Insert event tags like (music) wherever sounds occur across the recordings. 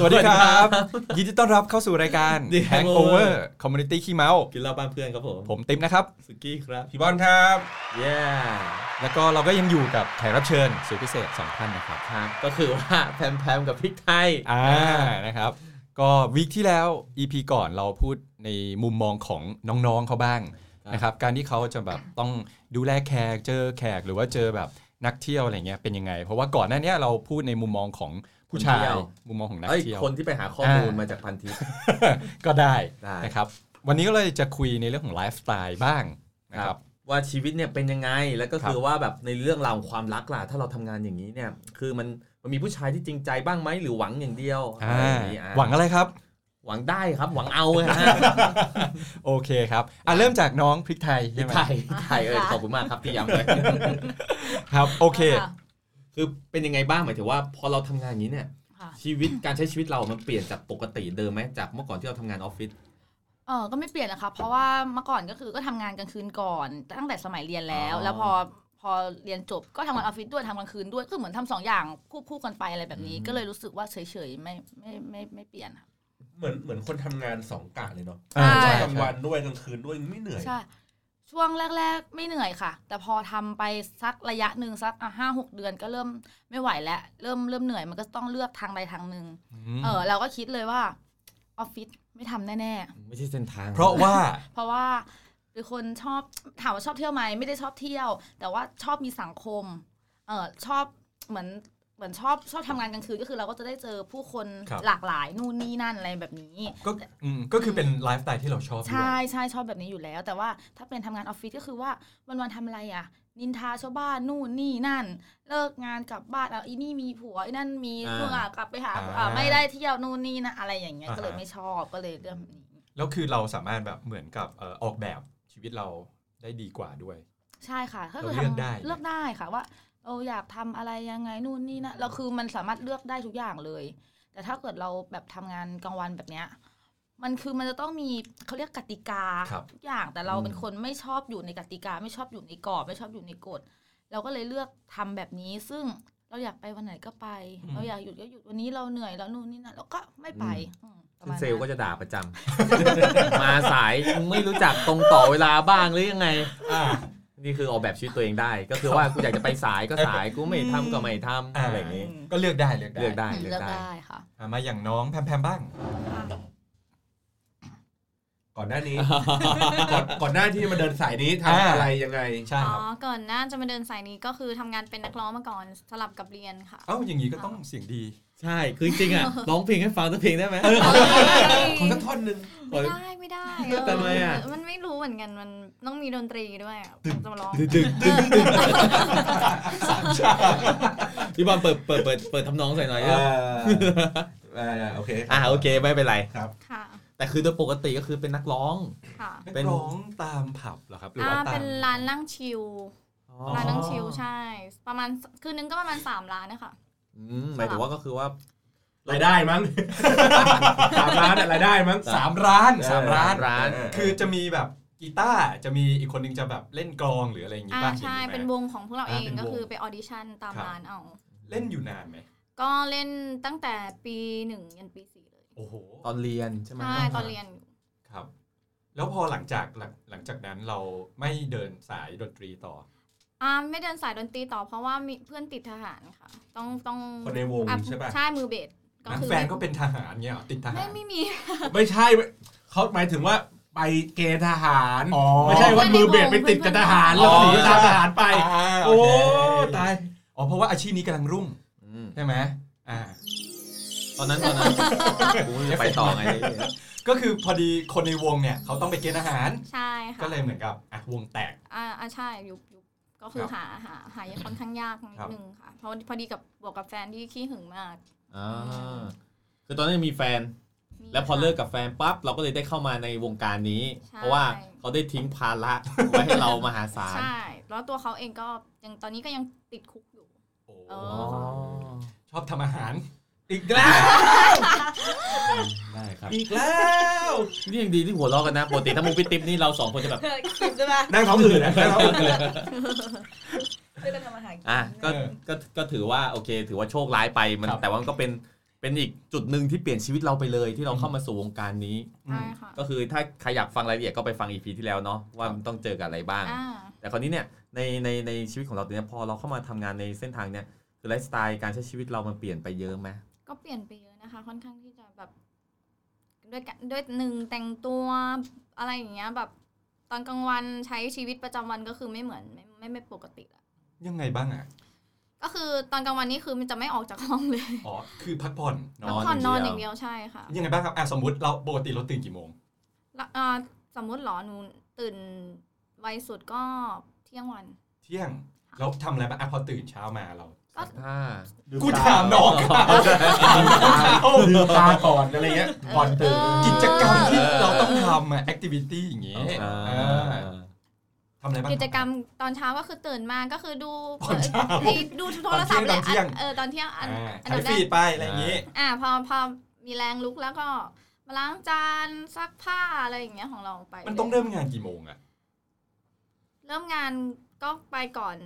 สวัสดีค สวัสดีครั รับบ ยินดีต้อนรับเข้าสู่รายการ (laughs) The Hangover Hangover Community ขี้เมา กินเหล้าบ้านเพื่อนครับผม ผมติ๊มนะครับ สุกี้ครับ พี่บอลครับ เย้ แล้วก็เราก็ยังอยู่กับแขกรับเชิญสุดพิเศษสองท่านนะครับ ครับก็คือว่าแพมแพมกับพริกไทย อ่านะครับ ก็วีคที่แล้ว EP ก่อนเราพูดในมุมมองของน้องๆเขาบ้างนะครับ การที่เขาจะแบบต้องดูแลแขกเจอแขกหรือว่าเจอแบบนักเที่ยวอะไรเงี้ยเป็นยังไง เพราะว่าก่อนหน้าเนี้ยเราพูดในมุมมองของผู้ชายมุมมองของนัก เอ้ย เที่ยว คนที่ไปหาข้อมูล อ่าม มาจากพันทิป ก็ได้ ได้ นะครับ วันนี้ก็เลยจะคุยในเรื่องของไลฟ์สไตล์บ้างนะครับ ว่าชีวิตเนี่ยเป็นยังไงแล้วก็ ครับ คือว่าแบบในเรื่องราวของความรักล่ะถ้าเราทำงานอย่างนี้เนี่ย คือมันมันมีผู้ชายที่จริงใจบ้างไหมหรือหวังอย่างเดียว อ่า อะไรอย่านี้อ่ะ หวังอะไรครับ หวังได้ครับ หวังเอาฮะ โอเคครับอ่ะเริ่มจากน้องพริกไทย พริ ใช่ ก ไหม ไทยพริกไทยเออขอบคุณมากครับที่ย้ำ (laughs) เลย ครับ โอเค ค่ะ คือเป็นยังไงบ้างหมายถึงว่าพอเราทำงานอย่างนี้เนี่ย ค่ะ ชีวิตการใช้ชีวิตเรามันเปลี่ยนจากปกติเดิมไหมจากเมื่อก่อนที่เราทำงานออฟฟิศ เออก็ไม่เปลี่ยนนะคะ เพราะว่าเมื่อก่อนก็คือก็ทำงานกลางคืนก่อนตั้งแต่สมัยเรียนแล้ว อ๋อ แล้วพอพอเรียนจบก็ทำงานออฟฟิศด้วยทำกลางคืนด้วยก็เหมือนทำสองอย่างควบคู่กันไปอะไรแบบนี้ ก็เลยรู้สึกว่าเฉยๆไม่ไม่ไม่ไม่เปลี่ยนค่ะ เหมือนเหมือนคนทำงานสองกะเลยเนาะ อ่า ใช่ ใช่ กลาง ใช่ วันด้วยกลางคืนด้วยไม่เหนื่อย ใช่ ช่วงแรก ๆ ไม่เหนื่อยค่ะ แต่พอทำไปสักระยะหนึ่งสักห้าหกเดือนก็เริ่มไม่ไหวแล้ว เริ่มเริ่มเหนื่อยมันก็ต้องเลือกทางใดทางหนึ่ง ม เออเราก็คิดเลยว่าออฟฟิศไม่ทำแน่ ไม่ใช่เส้นทาง เพราะว่า ๆ เพราะว่าเป็นคนชอบถามว่าชอบเที่ยวไหมไม่ได้ชอบเที่ยว แต่ว่าชอบมีสังคมเออชอบเหมือนเหมือนชอบชอบทำงานกลางคืนก็คือเราก็จะได้เจอผู้คน ครับ หลากหลายนู่นนี่นั่นอะไรแบบนี้ ก็อืมก็คือเป็นไลฟ์สไตล์ที่เราชอบด้วย ใช่ใช่ชอบแบบนี้อยู่แล้ว แต่ว่าถ้าเป็นทำงานออฟฟิศก็คือว่าวันวันๆทำอะไรอ่ะ นินทาชาวบ้านนู่นนี่นั่น เลิกงานกลับบ้านเอาอีนี่มีผัวไอีนั่นมี อ่า เมื่อกลับไปหาผัวอ่ะไม่ได้เที่ยวนู่นนี่นะอะไรอย่างเงี้ยก็เลยไม่ชอบก็เลยเรื่องแบบนี้ แล้วคือเราสามารถแบบเหมือนกับเอ่อออกแบบชีวิตเราได้ดีกว่าด้วย ใช่ค่ะก็ เรา คือ เลือก ทำ ได้ เลือกได้ค่ะว่าเราอยากทำอะไรยังไงนู่นนี่นะเราคือมันสามารถเลือกได้ทุกอย่างเลย แต่ถ้าเกิดเราแบบทำงานกลางวันแบบเนี้ยมันคือมันจะต้องมีเขาเรียกกติกา ครับ ทุกอย่างแต่เราเป็นคนไม่ชอบอยู่ในกติกา ไม่ชอบอยู่ในกรอบไม่ชอบอยู่ในกฎเราก็เลยเลือกทำแบบนี้ ซึ่งเราอยากไปวันไหนก็ไป อืม เราอยากหยุดก็หยุดวันนี้เราเหนื่อยแล้วนู่นนี่นะเราก็ไม่ไปอืมประ ซึ่ง มาณ เซลล์ก็ นั้น จะด่าประจำ มาสายไม่รู้จักตรงต่อเวลาบ้างหรือยังไง อ่า นี่คือออกแบบชีวิตตัวเองได้ ก็คือว่ากูอยากจะไปสายก็สายกูไม่ทำก็ไม่ทำ อ่า อะไรอย่างนี้ ก็เลือกได้เลือกได้ เลือกได้ อืม เลื เลื อ อก ก ได้ ได้ค่ะ อ่ะมาอย่างน้องแพมแพมบ้าง ก่อนหน้านี้ ก่อนก่อนหน้าที่จะมาเดินสายนี้ทำ อ่า อะไรยังไง ใช่ อ๋ ครับ อ ก่อนหน้าจะมาเดินสายนี้ก็คือทำงานเป็นนักร้องมาก่อนสลับกับเรียนค่ะ เอ้าอย่างนี้ก็ต้องเสียงดี ใช่ คือจริงๆอ่ะ ร้องเพลงให้ฟังสักเพลงได้ไหม ขอสักท่อนหนึ่ง ไม่ได้ไม่ได้ เออทำไมอะ เมันไม่รู้เหมือนกันมันต้องมีดนตรีด้วยอะผมจะมาร้อง ดึกดึกพี่บอลเปิดเปิดเปิดเปิดทำนองใส่หน่อย เออเออโอเค อ่าโอเคไม่เป็นไร ค่ะ แต่คือโดยปกติก็คือเป็นนักร้อง ค่ะ เป็ เป็น น ร้องตามผับเหรอครับ หรือ อ่า ว่าตา เป็ ม นร้านนั่งชิล อ๋อ ร้านนั่งชิลใช่ ประมาณคืนนึงก็ประมาณสามร้านนะคะ อืมหมายถึงว่าก็คือว่า รายได้มั้ง (laughs) สามล้านอะรายได้มั้ง สามร้านสามร้าน สามร้าน คือจะมีแบบกีตาร์จะมีอีกคนนึงจะแบบเล่นกลองหรืออะไรอย่างงี้ อ่า ป่ะ ใช่ อย่างงี้ไหม เป็นวงของพวกเราเอง อ่าเป็นวง ก็คือไปออดิชั่นตาม ครับ ร้านเอา เล่นอยู่นานไหม ก็เล่นตั้งแต่ปีหนึ่งยันปีสี่เลย โอ้โห ตอนเรียนใช่ไหม ใช่ตอนเรียน ครับ แล้วพอหลังจากหลังหลังจากนั้นเราไม่เดินสายดนตรีต่อ อ่าไม่เดินสายดนตรีต่อเพราะว่ามีเพื่อนติดทหารค่ะ ต้องต้อง คนในวง อ่ ใช่ปะ ใช่มือเบสก็ นัก คือ แฟนก็เป็นทหารเนี่ยเหรอติดทหา ไม่ ร ไม่มี ไม่ใช่เขาหมายถึงว่าไปเกณฑ์ทหาร อ๋อ ไม่ใช่ว่ามือเบียดไปติดกับทหารแล้วก็หนีตามทหารไป อ่า โอ้ เค ตาย อ๋อเพราะว่าอาชีพนี้กำลังรุ่ง อืม ใช่ไหมอ่า ตอนนั้นตอน (laughs) นั้นกูไม่รู้จะไปต่อไง ก็คือพอดีคนในวงเนี่ยเขาต้องไปเกณฑ์ทหาร ใช่ค่ะ ก็เลยเหมือนกับอ่ะวงแตก อ่าอ่าใช่ยุบยุบก็คือ ครับ หาหาหายังค่อนข้างยากนิ ครั ด บ นึงค่ะเพราะพอดีกับบวกกับแฟนที่ขี้หึงมาก อ่าคือตอนนั้นยังมีแฟน มี แล้วพอเลิกกับแฟนปั๊บเราก็เลยได้เข้ามาในวงการนี้ ใช่ เพราะว่าเขาได้ทิ้งภาระ (laughs) ไว้ให้เรามหาศาล ใช่ แล้วตัวเขาเองก็ยังตอนนี้ก็ยังติดคุกอยู่ เออ ชอบทำอาหาร อีกแล้ว ได้ครับ อีกแล้ว นี่ยังดีที่หัวเราะกันนะปกติถ้ามุกพี่ติ๊บนี่เราสองคนจะแบบ คิดใช่ไหม นั่งท้องอื่นนะนั่งท้องอืด ช่วยกันทำอาหารกิน อ่ะก็ เออ ก็ก็ถือว่าโอเค ถือว่าโชคร้ายไปมัน ครับ แต่ว่ามันก็เป็นเป็นอีกจุดหนึ่งที่เปลี่ยนชีวิตเราไปเลยที่เราเข้ามาสู่วงการนี้ ใช่ค่ะ ก็คือถ้าใครอยากฟังรายละเอียดก็ไปฟังอีพีที่แล้วเนาะว่ามันต้องเจอกับอะไรบ้าง อ่า แต่คราวนี้เนี่ยในในในชีวิตของเราเนี่ยพอเราเข้ามาทำงานในเส้นทางเนี่ยคือไลฟ์สไตล์การใช้ชีวิตเรามันเปลี่ยนไปเยอะไหม ก็เปลี่ยนไปเยอะนะคะ ค่อนข้างที่จะแบบด้วยกันด้วยหนึ่งแต่งตัวอะไรอย่างเงี้ยแบบตอนกลางวันใช้ชีวิตประจำวันก็คือไม่เหมือนไม่ไม่ไม่ปกติละ ยังไงบ้างอ่ะ ก็คือตอนกลางวันนี่คือมันจะไม่ออกจากห้องเลย อ๋อ คือพักผ่อนน พัก อน ผ่อนนอนออาย่ย่าง ง เดี เดี ย ยว วใช่ค่ะ ยังไงบ้างครับ อ่ะสมมติเราปกติเราตื่นกี่โมง แล้วอ่าสมมุติเหรอหนูตื่นไวสุดก็เที่ยงวัน เที่ยง แล้วทำอะไรบ้างอ่ะพอตื่นเช้ามาเรา ก็ ถ้า กูถามน้องค่ะ ลืมตาก่อนอะไรเงี้ยก่อนตื่น เออ กิจกรรมที่เราต้องทำอ่ะ แอคทิวิตี้อย่างเงี้ยเออทำอะไรบ้าง กิจกรรมตอนเช้าก็คือตื่นมาก็คือดู ตอนเช้า เอ้ยดูโทรศัพท์ ตอนเที่ยง เออตอนเที่ยงอัน อ่า อัน ใช้ ดับแร ฟี ก ดไปอะไรอย่างงี้ อ่าพอพอมีแรงลุกแล้วก็มาล้างจานซักผ้าอะไรอย่างเงี้ยของเราไป มันต้องเริ่มงานกี่โมงอ่ะ เริ่มงานก็ไปก่อน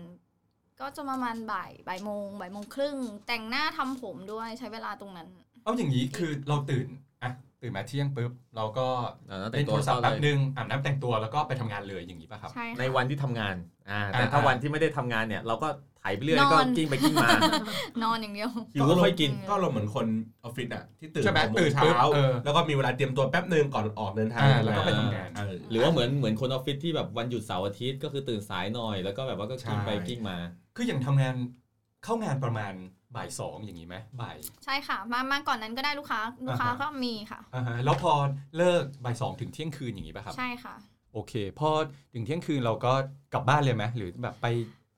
ก็จะประมาณบ่ายบ่ายโมงบ่ายโมงครึ่ง แต่งหน้าทำผมด้วยใช้เวลาตรงนั้น เอาอย่างนี้คือเราตื่นอ่ะตื่นมาเที่ยงปุ๊บเราก็ อ่าแล้วแต่ เล่ ง น ตั โท ว รศัพท์ เข้า แป๊ เล บ ย นึงอาบน้ำแต่งตัวแล้วก็ไปทำงานเลยอย่างนี้ป่ะครับ ใช่ ใน ค่ะ วันที่ทำงานอ่าแต่ อ่า ถ้าวันที่ไม่ได้ทำงานเนี่ย เราก็ไถ่ายไปเรื่อย นอน ก็กิ้งไปกิ้งมาน อนอย่างเดียว หิวก็ค่อยกิน ก็เราเหมือนคนออฟฟิศอ่ะที่ตื่น ใช่ไหม หกโง ตื่นปุ๊บ เช้า เออ แล้วก็มีเวลาเตรียมตัวแป๊บหนึ่งก่อนออกเดินทาง อ่าแล้วก็ไปทำงาน เออ (laughs) หรือว่าเหมือนเหมือนคนออฟฟิศที่แบบวันหยุดเสาร์อาทิตย์ก็คือตื่นสายหน่อยแล้วก็แบบว่าก็กิ้งไป ใช่ กิ้งมา คืออย่างทำงานเข้างานประมาณบ่ายสองอย่างนี้ไหมบ่าย ใช่ค่ะ มามาก่อนนั้นก็ได้ลูกค้าลูกค้าก็มีค่ะ อ่าฮะแล้วพอเลิกบ่ายสองถึงเที่ยงคืนอย่างนี้ป่ะครับ ใช่ค่ะ โอเค พอถึงเที่ยงคืนเราก็กลับบ้านเลยไหมหรือแบบไป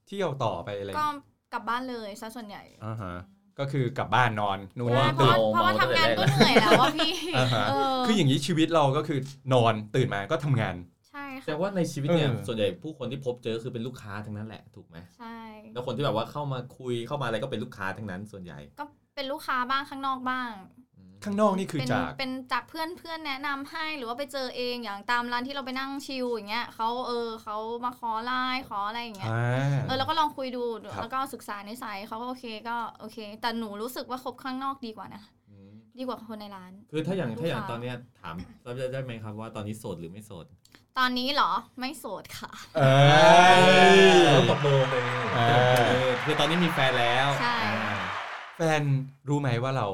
เที่ยวต่อไปอะไร ก็กลับบ้านเลยซะส่วนใหญ่ อ่าฮะก็คือกลับบ้านนอนนู่น ว่นี่ใช่เพ ตื่ ราะ น ว่าเพราะว่าทำงานก็เหนื่อยแล้วว่าพี่ อ่าฮะ เออ คืออย่างนี้ชีวิตเราก็คือนอนตื่นมาก็ทำงาน ใช่ค่ะ แต่ว่าในชีวิตเนี่ย เออ ส่วนใหญ่ผู้คนที่พบเจอคือเป็นลูกค้าทั้งนั้นแหละถูกไหม ใช่ แล้วคนที่แบบว่าเข้ามาคุยเข้ามาอะไรก็เป็นลูกค้าทั้งนั้นส่วนใหญ่ ก็เป็นลูกค้าบ้างข้างนอกบ้าง อืม ข้างนอกนี่คือ เป็น จาก เป็นจากเพื่อนเพื่อนแนะนำให้หรือว่าไปเจอเองอย่างตามร้านที่เราไปนั่งชิลอย่างเงี้ยเขาเออเขามาขอไลน์ขออะไรอย่างเงี้ย อ่า เออเราก็ลองคุยดู ครับ แล้วก็ศึกษานิสัยเขาก็โอเคก็โอเค แต่หนูรู้สึกว่าคบข้างนอกดีกว่านะ อืม ดีกว่าคนในร้าน คือถ้าอย่าง ลูกค้า ถ้าอย่างตอนเนี้ย (coughs) ถามรับได้ไหมครับว่าตอนนี้โสดหรือไม่โสด ตอนนี้เหรอไม่โสดค่ะ เออ ตกลงเลย อ่า คือตอนนี้มีแฟนแล้ว ใช่ อ่า แฟนรู้ไหมว่าเรา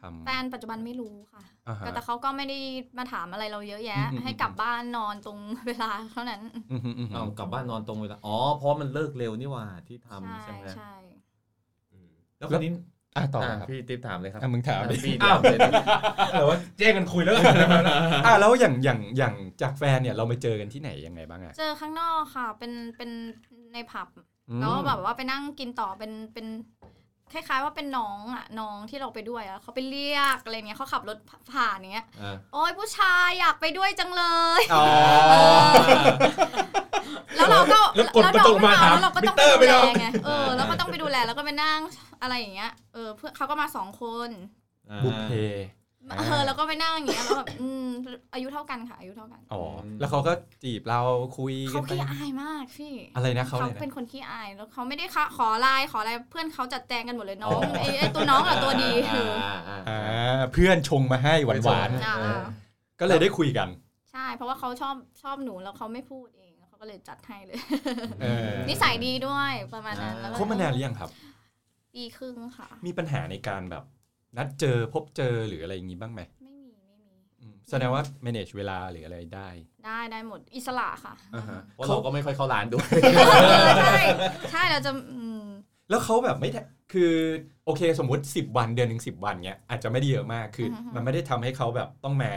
ทำ แฟนปัจจุบันไม่รู้ค่ะ อ่าฮะ ก็แต่เขาก็ไม่ได้มาถามอะไรเราเยอะแยะ อืม ให้กลับบ้านนอนตรงเวลาเท่านั้น อืมอืมอืม เอากลับบ้านนอนตรงเวลาอ๋อเพราะมันเลิกเร็วนี่หว่าที่ทำใช่ ใช่ ไหม ใช่ แล้วคนนี้ อ่ะต่อ อ่ะ ครับ พี่ติ๊บถามเลยครับ อ่ะมึงถามดิ พี่ถามเลยนะ เออว่าแจ้งกันคุยแล้ว อ่ะแล้วอย่างอย่างอย่างจากแฟนเนี่ยเราไปเจอกันที่ไหนยังไงบ้างอ่ะ เจอข้างนอกค่ะเป็นเป็นในผับ อืม แล้วก็แบบว่าไปนั่งกินต่อเป็นเป็นคล้าย ๆ ว่าเป็นน้องอ่ะน้องที่เราไปด้วยอ่ะเขาไปเรียกอะไรเงี้ยเขาขับรถผ่านอย่างเงี้ย อ่ะ โอ้ยผู้ชายอยากไปด้วยจังเลย อ๋อ เออแล้วเราก็ แล้วกดกระจกมา เร ถาม แล้วเราก็ต้อง มิเต ไป อร์ ดู ไปแล้วแลไงเออแล้วก็ต้องไปดูแลแล้วก็ไปนั่งอะไรอย่างเงี้ยเออเพื่อนเขาก็มาสองคน อ่า บุพเพ อ่า เออแล้วก็ไปนั่งอย่างเงี้ยแล้วแบบอืมอายุเท่ากันค่ะ อายุเท่ากัน อ๋อแล้วเขาก็จีบเราคุยกั เขา นไป ขี้อายมากพี่ อะไรนะเขาอะเขาไรนะ เป็นคนขี้อายแล้วเขาไม่ได้ค่ะขอไลน์ขออะไรเพื่อนเขาจัดแจงกันหมดเลยน้อ อ๋ ง อ ไอ้ไอ้ตัวน้องอะตัวดี อ่าอ่าอ่า อ่าเพื่อนชงมาให้หวานๆ อ่า ก็เลยได้คุยกัน ใช่ เพราะว่าเขาชอบชอบหนูแล้วเขาไม่พูดเองเขาก็เลยจัดให้เลย เออ นิสัยดีด้วยประมาณนั้นแล้วก็ คบมานานหรือยังครับ ปีครึ่งค่ะ มีปัญหาในการแบบ นัดเจอพบเจอหรืออะไรอย่างงี้บ้างไหม ไม่มีไม่มี อืมแสดงว่า manage เวลาหรืออะไรได้ ได้ได้หมดอิสระค่ะ อ่าฮะ เพราะเราก็ไม่ค่อยเข้าร้านด้วย เออใช่ใช่เราจะอืม แล้วเขาแบบไม่ได้คือโอเคสมมติ 10 วันเดือนหนึ่งสิวันเนี้ยอาจจะไม่ได้เยอะมากคืออมันไม่ได้ทำให้เขาแบบต้องมา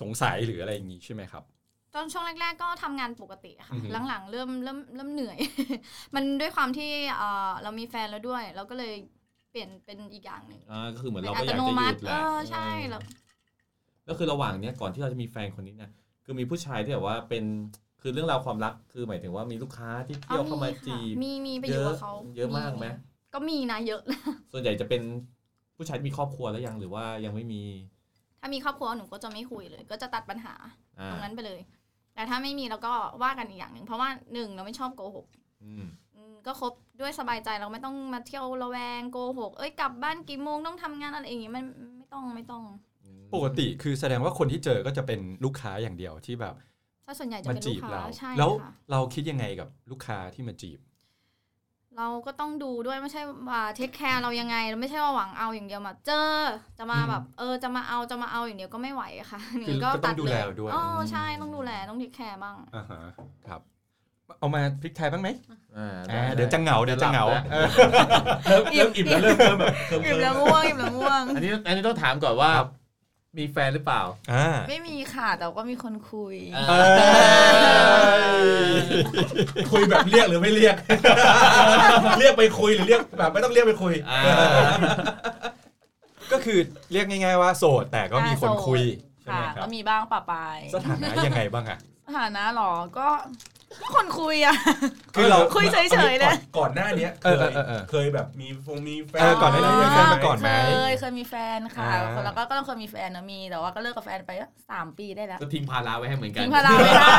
สงสัยหรืออะไรอย่างงี้ใช่ไหมครับ ตอนช่วงแรก ๆ ก็ทำงานปกติค่ะ อือหือ หลังๆเริ่มเริ่มเริ่มเหนื่อย (laughs) มันด้วยความที่เอ่อเรามีแฟนแล้วด้วย เราก็เลยเปลี่ยเปลี่ยนเป็นอีกอย่างหนึ่ง อ่าก็คือเหมือน เป็น เรา อั ก็อ ต ยาก โน จะห มั ยุ ติ ดแห เอ ละ อใช่แล้ว ก็คือระหว่างเนี้ยก่อนที่เราจะมีแฟนคนนี้เนี่ยคือมีผู้ชายที่แบบว่าเป็นคือเรื่องราวความรักคือหมายถึงว่ามีลูกค้าที่ อ๋อ เที่ยวเข้ามา ค่ะ จีบ มีมีไปอยู่กับเขา เยอะมากไหม ก็มีนะเยอะนะ (laughs) ส่วนใหญ่จะเป็นผู้ชายที่มีครอบครัวแล้วยังหรือว่ายังไม่มี ถ้ามีครอบครัวหนูก็จะไม่คุยเลย ก็จะตัดปัญหา อ่า ตรงนั้นไปเลย แต่ถ้าไม่มีเราก็ว่ากันอีกอย่างหนึ่งเพราะว่าหนึ่งเราไม่ชอบโกหก อืม อืมก็คบด้วยสบายใจเราไม่ต้องมาเที่ยวระแวงโกหก เอ้ยกลับบ้านกี่โมงต้องทำงานอะไรอย่างงี้มันไม่ต้องไม่ต้อง ปกติคือแสดงว่าคนที่เจอก็จะเป็นลูกค้าอย่างเดียวที่แบบ ถ้าส่วนใหญ่จะ มา เป็นลู จี ก บ ค้า เรา ใช่ แล้ว ค่ะ เราคิดยังไงกับลูกค้าที่มาจีบ เราก็ต้องดูด้วยไม่ใช่ว่าเทคแคร์เรายังไงเราไม่ใช่ว่าหวังเอาอย่างเดียวมาเจอจะมาแบบเออจะมาเอาจะมาเอาอย่างเดียวก็ไม่ไหวอะค่ะ คือก็ต้องดูแล ตัด้วยเอ๋อ ม ใช่ต้องดูแลต้องเทคแคร์บ้าง อ่าฮะครับ เอามาพลิกไทยบ้างไหม อ่า อ่าเดี๋ยวจะเหงาเดี๋ยวจะเหงาเออ (laughs) เริ่มเริ่มอิ่มแล้วเริ่มเริ่มแบบเริ่ม อิ่ม เริ่ ละ ม ม่วงอิ่มละม่วง อันนี้อันนี้ต้องถามก่อนว่า ครับ มีแฟนหรือเปล่า อ่า ไม่มีค่ะ แต่ก็มีคนคุย เอ้ย คุยแบบเรียกหรือไม่เรียก เรียกไปคุยหรือเรียกแบบไม่ต้องเรียกไปคุย อ่า ก็คือเรียกง่ายๆว่าโสดแต่ก็มีคน อ่าโสด คุยใช่ไห ค่ะ มครั ก็ บ มีบ้างปะปาย สถานะยังไงบ้างอะ สถานะหรอก็ก็คนคุยอ่ะ คือเรา คุยเฉยๆนะ ก่อนหน้าเนี้ย เอ เค อย เออเออเออ เคยแบบมีฟงมีแฟ เอน อก่อนหน้านี้มีแฟนมาก่อน เคยเคยมีแฟนค่ะ อ่า แล้วก็ก็เคยมีแฟนนะมีแต่ว่าก็เลิกกับแฟนไปสามปีได้แล้ว ก็ทิ้งภาระไว้ให้เหมือนกัน ทิ้งพาราไว้ให้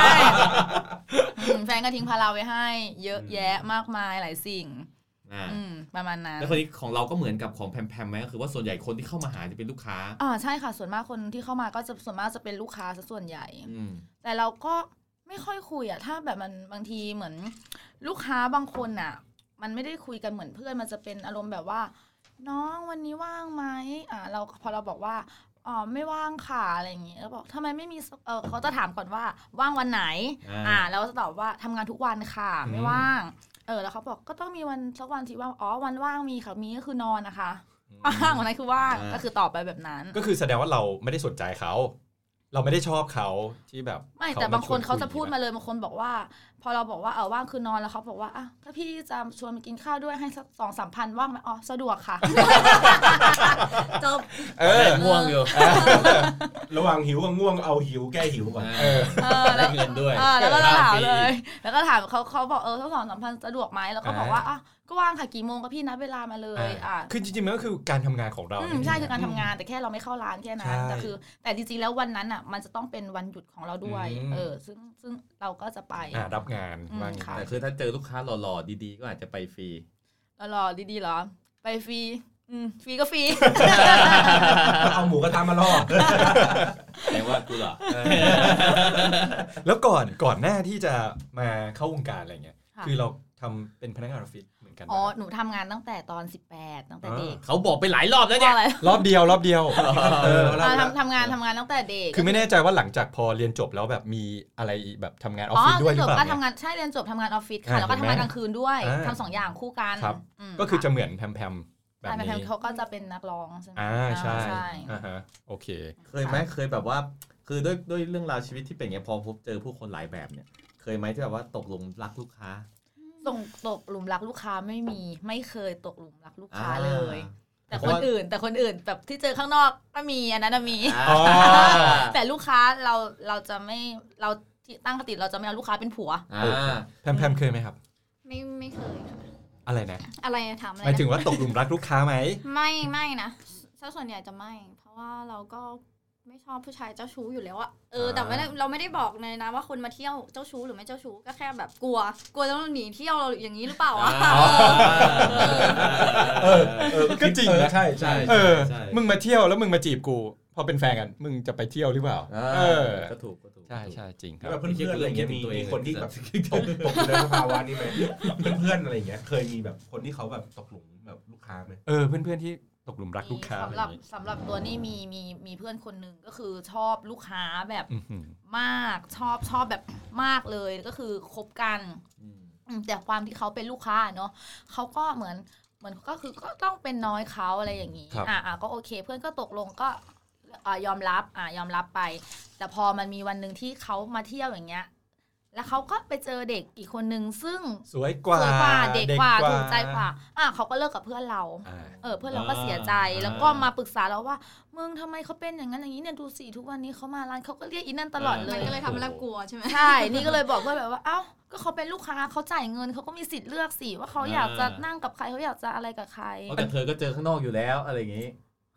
อืมแฟนก็ทิ้งพาราไว้ให้ เยอะแยะมากมายหลายสิ่ง อ่า อืม ประมาณนั้น แล้วคนนี้ของเราก็เหมือนกับของแพมแพมไหมก็คือว่าส่วนใหญ่คนที่เข้ามาหาจะเป็นลูกค้า อ๋อใช่ค่ะ ส่วนมากคนที่เข้ามาก็จะส่วนมากจะเป็นลูกค้าซะส่วนใหญ่ อืม แต่เราก็ไม่ค่อยคุยอะถ้าแบบมันบางทีเหมือน ลูกค้าบางคนอะมันไม่ได้คุยกันเหมือนเพื่อนมันจะเป็นอารมณ์แบบว่า น้องวันนี้ว่างไหมอ่าเราพอเราบอกว่าอ๋อไม่ว่างค่ะอะไรอย่างงี้แล้วบอกทำไมไม่มีเออเขาจะถามก่อนว่าว่างวันไหน อ่า อ่า เราก็จะตอบว่าทำงานทุกวันค่ะ ไม่ว่าง เออแล้วเขาบอกก็ต้องมีวันสักวันสิว่างอ๋อวันว่างมีค่ะมีก็คือนอนนะคะ (laughs) ว่างวันไหนคือว่างก็คือตอบไปแบบนั้น ก็คือแสดงว่าเราไม่ได้สนใจเขา เราไม่ได้ชอบเขาที่แบบ ไม่แต่บางคนเขาจะพูด มาชวนคุย มาเลยบางคนบอกว่า พอเราบอกว่าเออว่างคือนอนแล้วเขาบอกว่าอ่ะถ้าพี่จะชวนมากินข้าวด้วยให้สักสองสามพันว่างไหมอ๋อสะดวก (laughs) ค่ะ จบ เออ ง่วงอยู่ ระหว่างหิวกับง่วงเอาหิวแก้หิวก่อน เออ เออแล้ ได้ ว เงินด้วย เออแล้วก็ ห้ ถาม ปี เลย แล้วก็ถามเขาเขาบอกเออสักสองสามพันสะดวกไหมแล้วก็บอกว่าอ่ะก็ว่างค่ะกี่โมงก็พี่นัดเวลามาเลยอ่ะ คือจริงๆมันก็คือการทำงานของเรา อืมใช่คือการทำงานแต่แค่เราไม่เข้าร้านแค่นั้ ใช่ นแต่คือ แต่จริงๆแล้ววันนั้นอ่ะ มันจะต้องเป็นวันหยุดของเราด้วย อืม เออ ซึ่งซึ่งเราก็จะไป อ่ารับงาน อืม ว่างน ค่ะ แต่คือถ้าเจอลูกค้าหล่อๆ ดีๆ ก็อาจจะไปฟรี แล้วรอดีๆเหรอ ไปฟรีอืมฟรีก็ฟรี เอาหมูกระทะมาล่อ แต่ว่ากูเหรอ แล้วก่อนก่อนหน้าที่จะมาเข้าวงการอะไรเงี้ย ค่ะ คือเราทำเป็นพนักงานออฟฟิศเหมือนกัน อ๋อ นะครับ หนูทำงานตั้งแต่ตอน 18 ตั้งแต่เด็ก เขาบอกไปหลายรอบแล้ว ว่า เนี่ย อะไร รอบเดียวรอบเดียว (laughs) เออ อ่าทำทำงานทำงานตั้งแต่เด็ก คือไม่แน่ใจว่าหลังจากพอเรียนจบแล้วแบบมีอะไรแบบทำงานออฟ อ๋อ ฟิศด้วยห เรียน รื จ อบ เปล่า ก็ เนี่ย ทำงานใช่เรียนจบทำงานออฟฟิศ อ่า ค่ะแล้วก็ เห็นไหม ทำงานกลางคืนด้วย อ่า ทำสองอย่างคู่กัน ครับ อืม ก็คือจะเหมือนแพมแพมแบบ ใช่แพมแพม นี้ เขาก็จะเป็นนักร้องใช่ไหม อ่าใช่ อ่าใช่ อ่าฮะโอเค เคยไหมเคยแบบว่า คือด้วยด้วยเรื่องราวชีวิตที่เป็นอย่างเงยพอพบเจอผู้คนหลายแบบเนี่ย เคยไหมที่แบบว่าตกหลุมรักลูกค้า ตกตกหลุมรักลูกค้าไม่มีไม่เคยตกหลุมรักลูก อ่ ค้าเลย แต่ เพ ค ราะ น ว่า อื่นแต่คนอื่นแบบที่เจอข้างนอกก็มีอันนั้นนะมี อ่า แต่ลูกค้าเราเราจะไม่เราที่ตั้งคติเราจะไม่เอาลูกค้าเป็นผัว อ่า แพมแพมเคยไหมครับ ไม่ไม่เคยค่ะ อะไรนะ อะไรอะถามอะไร หมาย นะ ถึงว่าตกหลุมรักลูกค้าไหม ไม่ไม่นะซะส่วนใหญ่จะไม่ เพราะว่าเราก็ไม่ชอบผู้ชายเจ้าชู้อยู่แล้วอะเออแต่ไม่ได้เราไม่ได้บอกเลยนะว่าคนมาเที่ยวเจ้าชู้หรือไม่เจ้าชู้ก็แค่แบบกลัว กลัวต้องหนีเที่ยวเราอย่างนี้หรือเปล่า อ่า อะ เออ เออ ก็จริงนะ เออใช่ใช่ ใช่ เออ ใช่ มึงมาเที่ยวแล้วมึงมาจีบกู พอเป็นแฟนกัน มึงจะไปเที่ยวหรือเปล่า อ่า เออ ก็ถูกก็ถูก ใช่ใช่จริงครับ แบบเพื่อนๆอะไรเงี้ยมีมีคนที่แบบตกตกอยู่ในสภาวะนี้ไหมเพื่อนๆอะไรเงี้ยเคยมีแบบคนที่เขาแบบตกหลุมแบบลูกค้าไหม เออ เพื่อนๆที่ตกหลุมรักลูกค้า สำหรัอะไรอบย่างงี้ สำหรับตัวนี่มีมีมีเพื่อนคนหนึ่งก็คือชอบลูกค้าแบบ อื้อหือ มากชอบชอบแบบมากเลยก็คือคบกัน อืมแต่ความที่เขาเป็นลูกค้าเนาะเขาก็เหมือนเหมือนก็คือก็ต้องเป็นน้อยเขาอะไรอย่างนี้ ครับ อ่าอ่าก็โอเค เพื่อนก็ตกลงก็อ่ายอมรับอ่ายอมรับไป แต่พอมันมีวันหนึ่งที่เขามาเที่ยวอย่างเงี้ย แล้วเขาก็ไปเจอเด็กอีกคนนึงซึ่ง สวยกว่า สวยกว่าเด็กกว่าถูกใจกว่าอ่ะเขาก็เลิกกับเพื่อนเรา อ่า เออเพื่อนเราก็เสียใจ อ่า แล้วก็มาปรึกษาเราว่ามึงทำไมเขาเป็นอย่างนั้นอย่างนี้เนี่ยดูสิทุกวันนี้เขามาร้านเขาก็เรียกอีนั่นตลอดเล มัน ย ก็เลยทำให้เรากลัวใช่ไหม ใช่ นี่ก็เลยบอกเพื่อนแบบว่า เอ้า ก็เขาเป็นลูกค้าเขาจ่ายเงินเขาก็มีสิทธิ์เลือกสิว่าเขาอยากจะนั่งกับใครเขาอยากจะอะไรกับใคร เพราะแต่เธอก็เจอข้างนอกอยู่แล้วอะไรอย่างนี้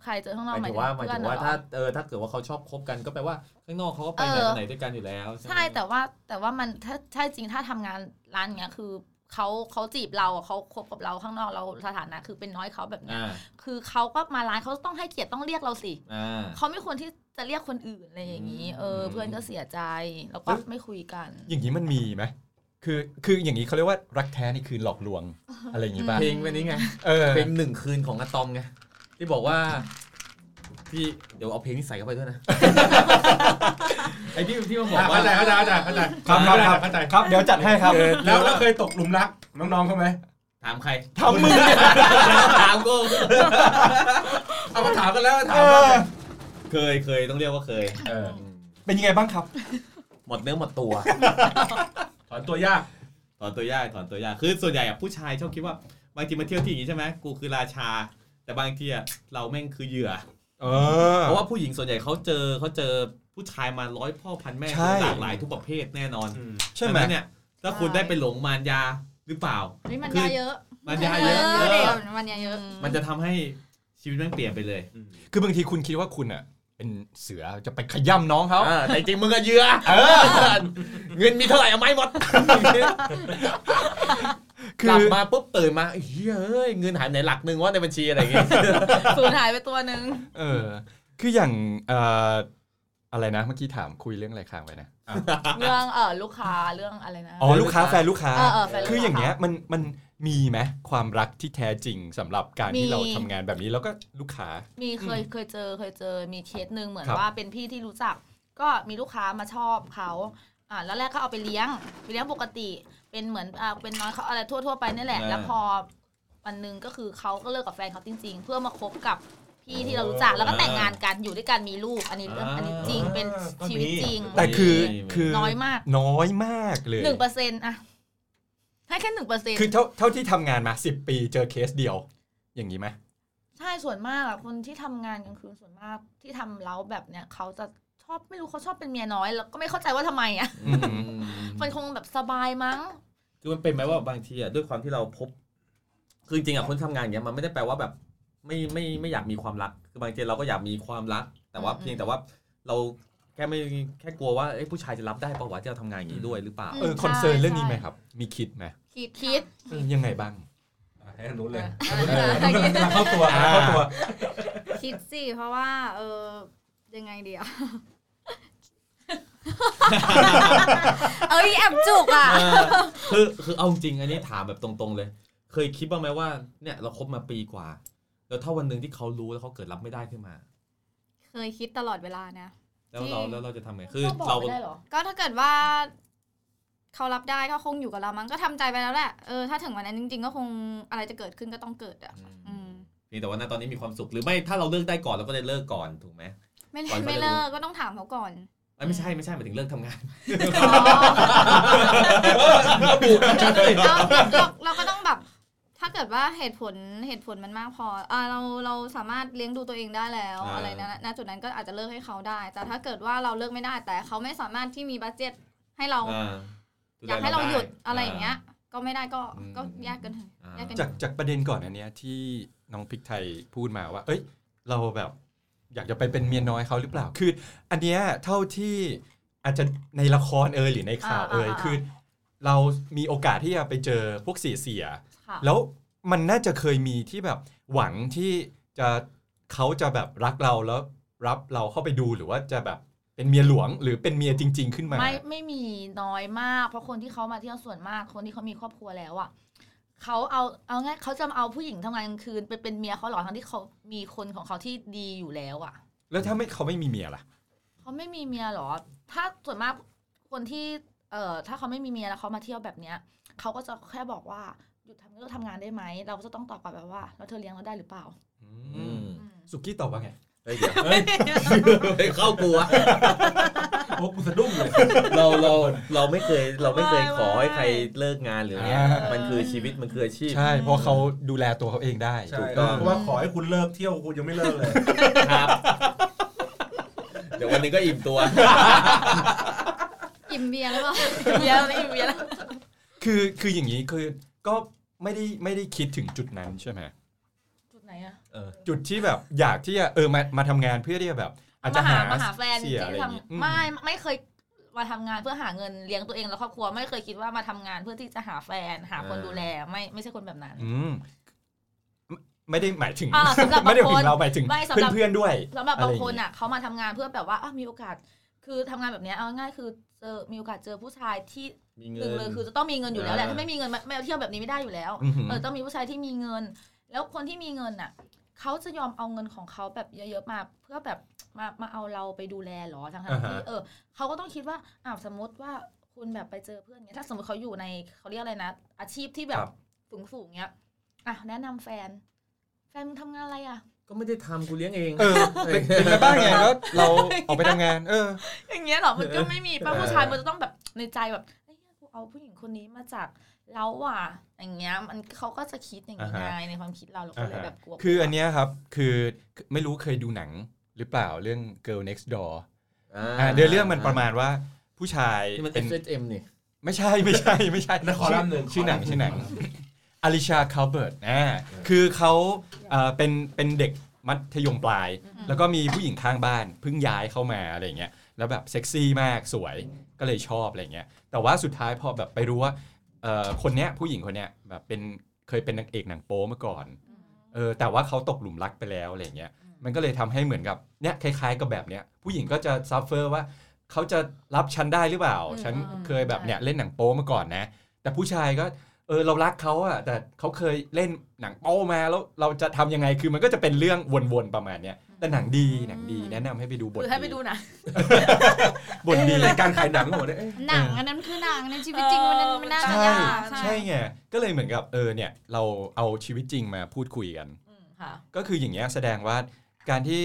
ใครเจอข้าง ห นอก มาย หมาย ถึ ถึ ง ง ว่าหมายถึงว่าเพื่อนเหรถ้า อ เออถ้าเกิดว่าเขาชอบคบกันก็แปลว่าข้างนอกเขาก็ไปไหเอน อ มาไหนด้วยกันอยู่แล้ว ใช่แต่ว่าแต่ว่ามันถ้าถ้าจริงถ้าทำงานร้านเนี้ยคือเขาเขาจีบเราอะเขาคบกับเราข้างนอกเราสถานะคือเป็นน้อยเขาแบบเนี้ย อ่า คือเขาก็มาร้านเขาต้องให้เกียรติต้องเรียกเราสิ อ่า เขาไม่ควรที่จะเรียกคนอื่นอะไรอย่างนี้ เออ อืม เพื่อนก็เสียใจแล้วก็ไม่คุยกัน อย่างนี้มันมีไหมคือคืออย่างนี้เขาเรียกว่ารักแท้นี่คือหลอกลวงอะไรอย่างนี้ป่ะ เพลงเป็นนี้ไง เออ เพลงหนึ่งคืนของอะตอมไงที่บอกว่าพี่เดี๋ยวเอาเพลงนี้ใส่เข้าไปด้วยนะ (laughs) ไอ้ที่ที่มันบอกว่า เข้าใจเข้าใจเข้าใจเข้าคใจรับครับครับ เข้าใจ ครับเดี๋ยวจัดให้ครับ แล้วแล้วเคยตกหลุมรักน้องๆเขาไหม ถามใคร ทำมือ (laughs) ถามกู เอามาถามกันแล้วถา เอ มกัน อ เคยเคยต้องเรียกว่าเคย เออ เป็นยังไงบ้างครับ หมดเนื้อหมดตัว ถอนตัวยาก ถอนตัวยากถอนตัวยากคือส่วนใหญ่อะผู้ชายชอบคิดว่าบางทีมาเที่ยวที่อย่างนี้ใช่ไหมกูคือราชา แต่บางทีอะเราแม่งคือเหยื่อ เออ เพราะว่าผู้หญิงส่วนใหญ่เขาเจอเขาเจอผู้ชายมาร้อยพ่อพันแม่ ใช่ หลากหลายทุกประเภทแน่นอน ใช่ไหม ดังนั้นเนี่ยถ้าคุณได้ไปหลงมารยาหรือเปล่า นี่มันยาเยอะ มารยาเยอะ เออ เอ เด็ก อ มันยาเยอะ มันจะทำให้ชีวิตแม่งเปลี่ยนไปเลย คือบางทีคุณคิดว่าคุณอ่ะ เป็นเสือจะไปขย่ำน้องเขา แต่จริงมึงก็เหยื่อ เออ เงินมีเท่าไหร่เอาไม่หมด คื กลับ อ มาปุ๊บตื่นมาเฮ้ยเงินหายไปไหนหลักหนึงว่าในบัญชีอะไรอย่างเงี้ย สูญหายไปตัวหนึ่ง เออ คืออย่างเอ่ออะไรนะ เมื่อกี้ถามคุยเรื่องอะไรค้างไว้นะ เรื่องเออลูกค้าเรื่องอะไรนะ อ๋อ ลูกค้าแฟนลูกค้า เออเออแฟนลูกค้า คืออย่างเงี้ยมันมันมีไหมความรักที่แท้จริงสำหรับการ มี ที่เราทำงานแบบนี้แล้วก็ลูกค้า มีเคยเคยเจอเคยเจอมีเคสหนึ่งเหมือน ครับ ว่าเป็นพี่ที่รู้จัก ก็มีลูกค้ามาชอบเขาอ่าแล้วแรกก็เอาไปเลี้ยงไปเลี้ยงปกติ เป็นเหมือนอ่าเป็นน้อยเขาอะไรทั่ว ๆ ไปนี่แหละ อ่า แล้วพอวันหนึ่งก็คือเขาก็เลิกกับแฟนเขาจริง ๆ เพื่อมาคบกับพี่ที่เรารู้จักแล้วก็แต่งงานกันอยู่ด้วยกันมีลูกอันนี้เรื่องอันนี้จริงเป็น ก็มี ชีวิตจริง แต่คือคือ น้อยมาก น้อยมากเลย หนึ่งเปอร์เซ็นต์อะให้แค่หนึ่งเปอร์เซ็นต์ คือเท่าเท่าที่ทำงานมา 10 ปีเจอเคสเดียว อย่างนี้ไหม ใช่ส่วนมากอะคนที่ทำงานกลางคืนส่วนมากที่ทำเล้าแบบเนี้ยเขาจะชอบไม่รู้เขาชอบเป็นเมียน้อย แล้วก็ไม่เข้าใจว่าทำไมอะ อืม มันคงแบบสบายมั้ง คือมันเป็นไหมว่าบางทีอ่ะด้วยความที่เราพบ คือจริงๆอ่ะคนทำงานอย่างเงี้ยมันไม่ได้แปลว่าแบบ ไม่ไม่ไม่อยากมีความรัก คือบางทีเราก็อยากมีความรัก แต่ว่า อืม เพียงแต่ว่าเราแค่ไม่แค่กลัวว่าเอ้ยผู้ชายจะรับได้ปะวะที่เราทำงานอย่างนี้ด้วยหรือเปล่า อืม เออคอนเซิร์นเรื่องนี้ไหมครับ มีคิดไหม คิด คิด เออยังไงบ้าง ให้ทางนู้นเลย เออ เข้าตัว อ่า เข้าตัว คิดสิเพราะว่า เออยังไงดีอะ เอ้ยแอบจุกอ่ะ เออคือคือเอาจริงอันนี้ถามแบบตรงๆเลย เคยคิดบ้างไหมว่าเนี่ยเราคบมาปีกว่า แล้วถ้าวันหนึ่งที่เขารู้แล้วเขาเกิดรับไม่ได้ขึ้นมา เคยคิดตลอดเวลานะ แล้วเรา จริง แล้วเราจะทำไงคือ ต้องบ เรา กไม่ได้หรอ ก็ถ้าเกิดว่า เขารับได้ก็คงอยู่กับเรามั้งก็ทำใจไปแล้วแหละเออถ้าถึงวันนั้นจริง ๆ ก็คงอะไรจะเกิดขึ้นก็ต้องเกิดอ่ะค่ะ อืม อืม เพียงแต่ว่าณตอนนี้มีความสุขหรือไม่ถ้าเราเลิกได้ก่อนเราก็ได้เลิกก่อนถูกไหม ไม่ ก่อนเขาจะรู้ ไม่เลิกก็ต้องถามเขาก่อน เอ้ยไม่ใช่ไม่ใช่หมายถึงเลิกทำงาน เรา (laughs) เราเราก็ต้องแบบ ถ้าเกิดว่าเหตุผลเหตุผลมันมากพออ่าเราเราสามารถเลี้ยงดูตัวเองได้แล้ว อ่า อะไรนะณจุดนั้นก็อาจจะเลิกให้เขาได้ แต่ถ้าเกิดว่าเราเลิกไม่ได้ แต่เขาไม่สามารถที่มีบัตเจ็ตให้เรา อ่า อยากให้เราหยุด ไ อะไรอย่างเงี้ย ก็ไม่ได้ก็ อืม ก็แยกกันเถอะ อ่า แยกกัน จากจากประเด็นก่อนอันเนี้ยที่น้องพริกไทยพูดมาว่า เอ้ย เราแบบอยากจะไปเป็นเมียน้อยเขาหรือเปล่า คือ อันเนี้ยเท่าที่อาจจะในละครเอยหรือในข่าวเอย อ่าอ่าอ่า คือ เรามีโอกาสที่จะไปเจอพวกเสียเสียๆ ค่ะ แล้วมันน่าจะเคยมีที่แบบหวังที่จะเขาจะแบบรักเราแล้วรับเราเข้าไปดูหรือว่าจะแบบเป็นเมียหลวงหรือเป็นเมียจริง ๆ ขึ้นมา ไม่ไม่มีน้อยมาก เพราะคนที่เขามาเที่ยวส่วนมากคนที่เขามีครอบครัวแล้วอ่ะเขาเอาเอาง่ายเขาจะเอาผู้หญิงทำงานกลางคืนไปเป็นเมียเขาเหรอทั้งที่เขามีคนของเขาที่ดีอยู่แล้วอ่ะ แล้วถ้าไม่เขาไม่มีเมียล่ะ เขาไม่มีเมียเหรอ ถ้าส่วนมากคนที่ เอ่อ ถ้าเขาไม่มีเมียแล้วเขามาเที่ยวแบบเนี้ย เขาก็จะแค่บอกว่าหยุดทำเลิกทำงานได้ไหม เราก็จะต้องตอบกลับแบบว่า แล้วเธอเลี้ยงเราได้หรือเปล่า อืม อืม สุกี้ตอบว่าไง (laughs) เฮ้ยเดี๋ยวเข้ากูอะ โอ้กูสะดุ้งเลย เราเราเราไม่เคยเราไม่เคย ไม่ ขอให้ใคร ไม่ เลิกงานหรืออะไรเงี้ย อ่ามั มันคือชีวิตมันคืออาชีพ ใช่เพราะเขาดูแลตัวเขาเองได้ ใช่ ถูกต้อง เพราะว่าขอให้คุณเลิกเที่ยวคุณยังไม่เลิกเลย ครับ เดี๋ยววันหนึงก็อิ่มตัว อิ่มเบียร์หรือเปล่า (laughs) เบียร์อะไรเบียร์อะไร คือคืออย่างนี้คือก็ไม่ได้ไม่ได้คิดถึงจุดนั้นใช่ไหม จุดไหนอะ จุดที่แบบอยากที่จะเออมามาทำงานเพื่อที่จะแบบ อาจจะหา มาหาแฟน เสียอะไรอย่างนี้อืม ไม่ไม่เคยมาทำงานเพื่อหาเงินเลี้ยงตัวเองและครอบครัว ไม่เคยคิดว่ามาทำงานเพื่อที่จะหาแฟน หาคน เออ ดูแลไม่ไม่ใช่คนแบบนั้น อืมไม่ไม่ได้หมายถึง อ่าสำหรับบาง ไม่ได้หมาย ค ถึ น งเราหมายถึง ไม่สำหรับ เพื่อนๆด้วย สำหรับบางคน อะไรอย่างเงี้ อ่ะ ย เขามาทำงานเพื่อแบบว่าอ่ะมีโอกาส คือทำงานแบบเนี้ยเอาง่ายๆคือเจอมีโอกาสเจอผู้ชายที่ มี ห เงิ นึ่ น งเลยคือจะต้องมีเงินอยู่แล้วแหละ เออ ถ้าไม่มีเงินไม่ไม่เอาเที่ยวแบบนี้ไม่ได้อยู่แล้ว อือหือ เออต้องมีผู้ชายที่มีเงิน แล้วคนที่มีเงินน่ะเขาจะยอมเอาเงินของเขาแบบเยอะๆมาเพื่อแบบมามาเอาเราไปดูแลเหรอทั้งๆที่เออเขาก็ต้องคิดว่าอ่าวสมมติว่าคุณแบบไปเจอเพื่อนเงี้ยถ้าสมมติเขาอยู่ในเขาเรียกอะไรนะ อาชีพที่แบบ ครับ สูงๆเงี้ยอ่ะแนะนำแฟน แฟนมึงทำงานอะไรอ่ะ ก็ไม่ได้ทำกูเลี้ยงเอง เออเป็นเป็นไงบ้างไงแล้วเราออกไปทำงาน เออ อย่างเงี้ยเหรอมันก็ไม่มีป้า เออ ผู้ชายมันจะต้องแบบในใจแบบเอ้ยกูเอาผู้หญิงคนนี้มาจากเล้าว่ะอย่างเงี้ยมันเขาก็จะคิดอย่างนี้ อ่าฮะ ไงในความคิดเราเราก็เลยแบบกลัว คืออันเนี้ยครับ คือไม่รู้เคยดูหนังหรือเปล่าเรื่อง Girl Next Door อ่าเดี๋ยวเรื่องมันประมาณว่าผู้ชาย ที่มัน เป็น SHM นี่ ไม่ใช่ (laughs) ไม่ใช่ ไม่ใช่ ในคอลัมน์หนึ่ง ชื่อหนัง คอลัมน์ ชื่อหนัง หนึ่ง อลิชาคาเบิร์ตอ่าคือเขาเอ่อเป็นเป็นเด็กมัธยมปลาย อืม แล้วก็มีผู้หญิงข้างบ้านเพิ่งย้ายเข้ามาอะไรอย่างเงี้ยแล้วแบบเซ็กซี่มากสวยก็เลยชอบอะไรอย่างเงี้ยแต่ว่าสุดท้ายพอแบบไปรู้ว่าเอ่อคนเนี้ยผู้หญิงคนเนี้ยแบบเป็นเคยเป็นนางเอกหนังโป๊มาก่อนเออแต่ว่าเขาตกหลุมรักไปแล้วอะไรอย่างเงี้ย มันก็เลยทำให้เหมือนกับเนี้ยคล้ายๆกับแบบเนี้ยผู้หญิงก็จะซัฟเฟอร์ว่าเขาจะรับฉันได้หรือเปล่า อืม ฉัน อืม เคยแบบ ใช่ เนี้ยเล่นหนังโป๊มาก่อนนะ แต่ผู้ชายก็เออเรารักเขาอะแต่เขาเคยเล่นหนังโป๊มาแล้วเราจะทำยังไงคือมันก็จะเป็นเรื่องวนๆประมาณเนี้ยแต่หนังดีหนังดีแนะนำให้ไปดูบท คือให้ไปดูหนะ บท (laughs) ดี รายการขายหนังของเนี่ยเอ๊ะ หนังอันนั้นคือหนังในชีวิตจริงมันมันน่า ใช่ จะยาก ใช่ไงก็เลยเหมือนกับเออเนี่ยเราเอาชีวิตจริงมาพูดคุยกัน อืมค่ะ ก็คืออย่างเงี้ยแสดงว่าการที่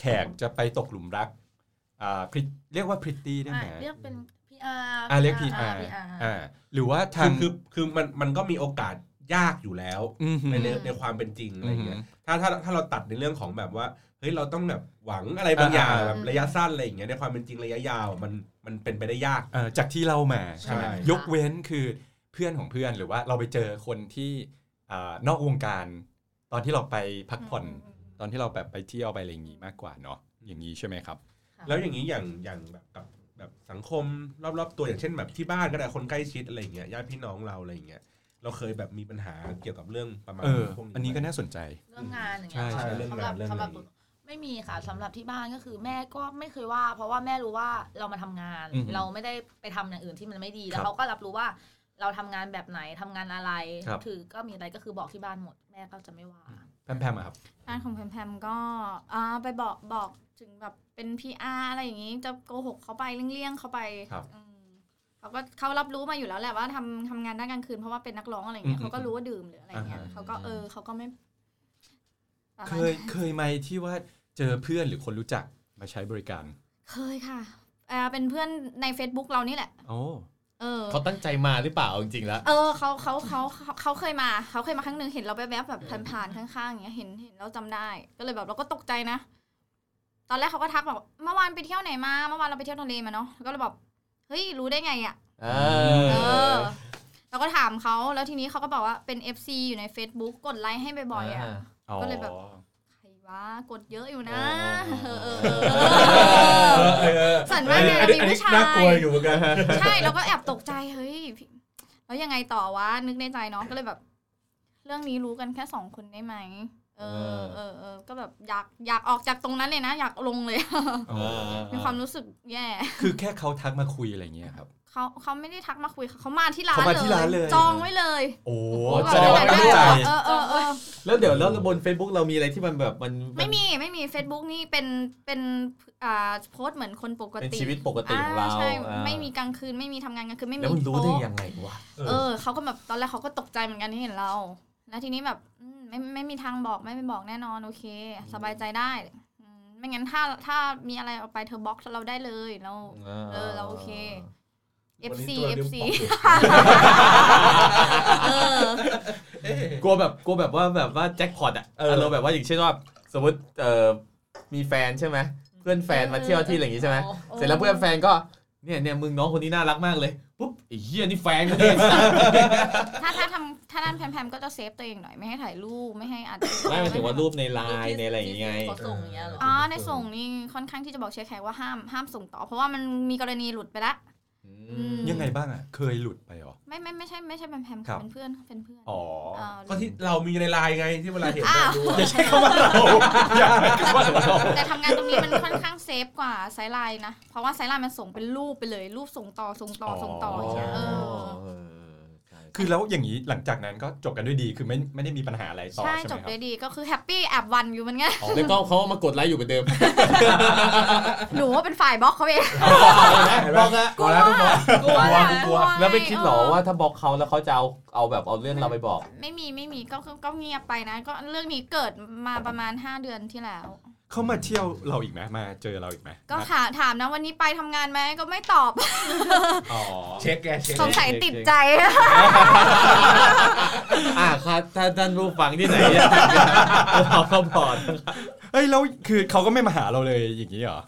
แขกจะไปตกหลุมรักอ่า pret- เรียกว่าพริตตี้ได้ อ่ะ ไหม เรียกเป็น PR อ่าเรียกพีอาร์อ่าหรือว่าทาง คือคือคือมันมันก็มีโอกาสยากอยู่แล้ว มฮึ ใน ม ใน ฮึ ในความเป็นจริงอะไรเงี้ อื ย อหื ถ้าถ้าถ้าเราตัดในเรื่องของแบบว่าเฮ้ยเราต้องแบบหวังอะไรบางอย่าง อ่า แบบระยะสั้นอะไรอย่างเงี้ยในความเป็นจริงระยะยาวมันมันเป็นไปได้ยาก เอ่อจากที่เล่ามาใช่ไหม ใช่ ยกเว้นคือเพื่อนของเพื่อนหรือว่าเราไปเจอคนที่อ่านอกวงการ ตอนที่เราไปพักผ่อน ตอนที่เราแบบไปเที่ยวไปอะไรอย่างงี้มากกว่าเนาะอย่างงี้ใช่ไหมครับ ค่ะ แล้วอย่างนี้อย่างอย่างแบบกับแบบสังคมรอบๆตัวอย่างเช่นแบบที่บ้านก็ได้คนใกล้ชิดอะไรอย่างเงี้ยญาติพี่น้องเราอะไรอย่างเงี้ยเราเคยแบบมีปัญหาเกี่ยวกับเรื่องประมาณ เออ พวกนี้ อันนี้ก็ ไหม น่าสนใจ เรื่องงานอย่างเงี้ย ใช่ใช่ ค่ะ เรื่อง สำห งา รั น บ เรื่อง สำหรับ งาน ไม่มีค่ะสำหรับที่บ้านก็คือแม่ก็ไม่เคยว่า เพราะว่าแม่รู้ว่าเรามาทำงาน อือหือ เราไม่ได้ไปทำอย่างอื่นที่มันไม่ดี แล้ ครั ว บ เขาก็รับรู้ว่าเราทำงานแบบไหนทำงานอะไร ครับ ถือก็มีอะไรก็คือบอกที่บ้านหมดแม่ก็จะไม่ว่า แพมๆอะครับ งานของแพมแพมก็อ่าไปบอกบอกถึงแบบเป็น PR อะไรอย่างงี้จะโกหกเขาไปเลี่ยงๆเขาไป ครับ อืมเขาก็เขารับรู้มาอยู่แล้วแหละว่าทำทำงานด้านกลางคืนเพราะว่าเป็นนักร้องอะไรอย่างเงี้ยเขาก็รู้ว่าดื่มหรืออะไรอย่างเงี้ยเขาก็เออเขาก็ไม่ประ เค มาณ ยเคยไหมที่ว่าเจอเพื่อนหรือคนรู้จักมาใช้บริการ เคยค่ะอ่าเป็นเพื่อนใน Facebook เรานี่แหละ โอ้ เออ เขาตั้งใจมาหรือเปล่าเอาจริงๆแล้ว เออเขาเขาเขาเขาเขาเคยมาเขาเคยมาครั้งหนึ่งเห็นเราแวบๆแบบผ่านๆข้างๆอย่างเงี้ยเห็นเห็นเราจำได้ ก็เลยแบบเราก็ตกใจนะ ตอนแรกเขาก็ทักบอกเมื่อวานไปเที่ยวไหนมาเมื่อวานเราไปเที่ยวทะเลมาเนาะก็เลยแบบเฮ้ยรู้ได้ไงอ่ะ เอ เอ อ อเราก็ถามเขาแล้วทีนี้เขาก็บอกว่าเป็น FC อยู่ใน Facebook กดไลค์ให้บ่อยๆอ่ะ ก็เลยแบบ ใครวะกดเยอะอยู่นะเออเออเออเออ เออเออ ฝันว่าเนี่ย อัน มี นี้อันนี้ ผู้ชา น่ากลัวย อยู่เหมือนกัน ใช่ เราก็แอบตกใจเฮ้ยพี่แล้วยังไงต่อวะ นึกในใจเนาะก็เลยแบบ เรื่องนี้รู้กันแค่สองคนได้ไหมเออเออเออก็แบบอยากอยากออกจากตรงนั้นเลยนะ อยากลงเลย เออ มีความรู้สึกแย่ คือแค่เขาทักมาคุยอะไรเงี้ยครับ เขาเขาไม่ได้ทักมาคุยเขามาที่ร้าน เขามาที่ร้านเลย จองไว้เลย โอ้ บบ แสดงว่าตั้งใจ เออเออเออ แล้วเดี๋ยวแล้วบน Facebook เรามีอะไรที่มันแบบมัน ไม่มีไม่มี Facebook นี่เป็นเป็นอ่าโพสต์เหมือนคนปก เป็น ติ ชีวิตปกติของเรา ใช่ อ่า ไม่มีกลางคืนไม่มีทำงานกลางคืนไม่มี แล้วมันรู้ได้ โต๊ะ ยังไงวะ เออ เออเขาก็แบบตอนแรกเขาก็ตกใจเหมือนกันที่เห็นเรา แล้วทีนี้แบบอืมไม่ไม่มีทางบอกไม่ไปบอกแน่นอนโอเค สบายใจได้อืม ไม่งั้นถ้าถ้ามีอะไรออกไปเธอบล็อกเราได้เลยเรา เออเราโอเค FC วันนี้ FC ตัวลืม เออ กลัวแบบกลัวแบบว่าแบบว่าแจ็คพอตอ่ะ เอออ อารมณ์แบบว่าอย่างเช่นว่าสมมติเอ่อมีแฟนใช่ไหมเพื่อนแฟนมาเที่ยวที่อะไรอย่างงี้ใช่ไหมเสร็จแล้วเพื่อนแฟนก็เนี่ยเนี่ยมึงน้องคนนี้น่ารักมากเลยปุ๊บไอ้เหี้ยนี่แฟนกูเนี่ย (laughs) ถ้าถ้าทำถ้าด้านแพมๆก็จะเซฟตัวเองหน่อยไม่ให้ถ่ายรูปไม่ให้อัด ไม่หมายถึงว่ารูปในไลน์ในอะไรอย่างงี้ไง เขาส่งอย่างเงี้ยเหรอ อ๋อในส่งนี่ค่อนข้างที่จะบอกเชียร์แขกว่าห้ามห้ามส่งต่อ เพราะว่ามันมีกรณีหลุดไปละอืม ยังไงบ้างอ่ะ เคยหลุดไปเหรอ ไม่ไม่ไม่ใช่ไม่ใช่แพมๆ ครับค่ะเป็นเพื่อนค่ะเป็นเพื่อน อ๋อ า ก็ที่เรามีในไลน์ไงที่เวลาเห็น อ้าว อย่าใช้คำว่าเราอย่าใช้คำว่าเรา แต่ทำงานตรงนี้มันค่อนข้างเซฟกว่าไซด์ไลน์นะเพราะว่าไซด์ไลน์มันส่งเป็นรูปไปเลย รูปส่งต่อส่งต่อส่งต่ออย่างเงี้ยเออ คือแล้วอย่างนี้หลังจากนั้นก็จบกันด้วยดีคือไม่ไม่ได้มีปัญหาอะไรต่อ ใช่ ใช่ไหจม บ ครั ได้ บ ดีก็คือแฮปปี้แอบวันอยู่เหมันไง (laughs) น แล้วก็เขามากดไลค์อยู่เหมือน (laughs) เดิม หนูว่าเป็นฝ่ายบล็อกเขาเอง บอกนะ พอแล้วทุกคน กลัวนะ กลัว แล้วไม่คิดเหรอว่าถ้าบล็อกเขาแล้วเขาจะเอาเอาแบบเอาเรื่องเราไปบอก ไม่มีไม่มีก็ก็ก็เงียบไปนะ ก็เรื่องนี้เกิดมาประมาณ 5 เดือนที่แล้ว เขามาเที่ยวเราอีกไหมมาเจอเราอีกไหม ก็ นัด ถามถามนะวันนี้ไปทำงานไหมก็ไม่ตอบ อ๋อ เช็คแกเช็ค สงสัยติดใจ อ่าครับถ้าท่านผู้ฟังที่ไหนอย (laughs) ากจะขอคำพอด เอ้ยแล้วคือเขาก็ไม่มาหาเราเลยอย่างนี้เหรอ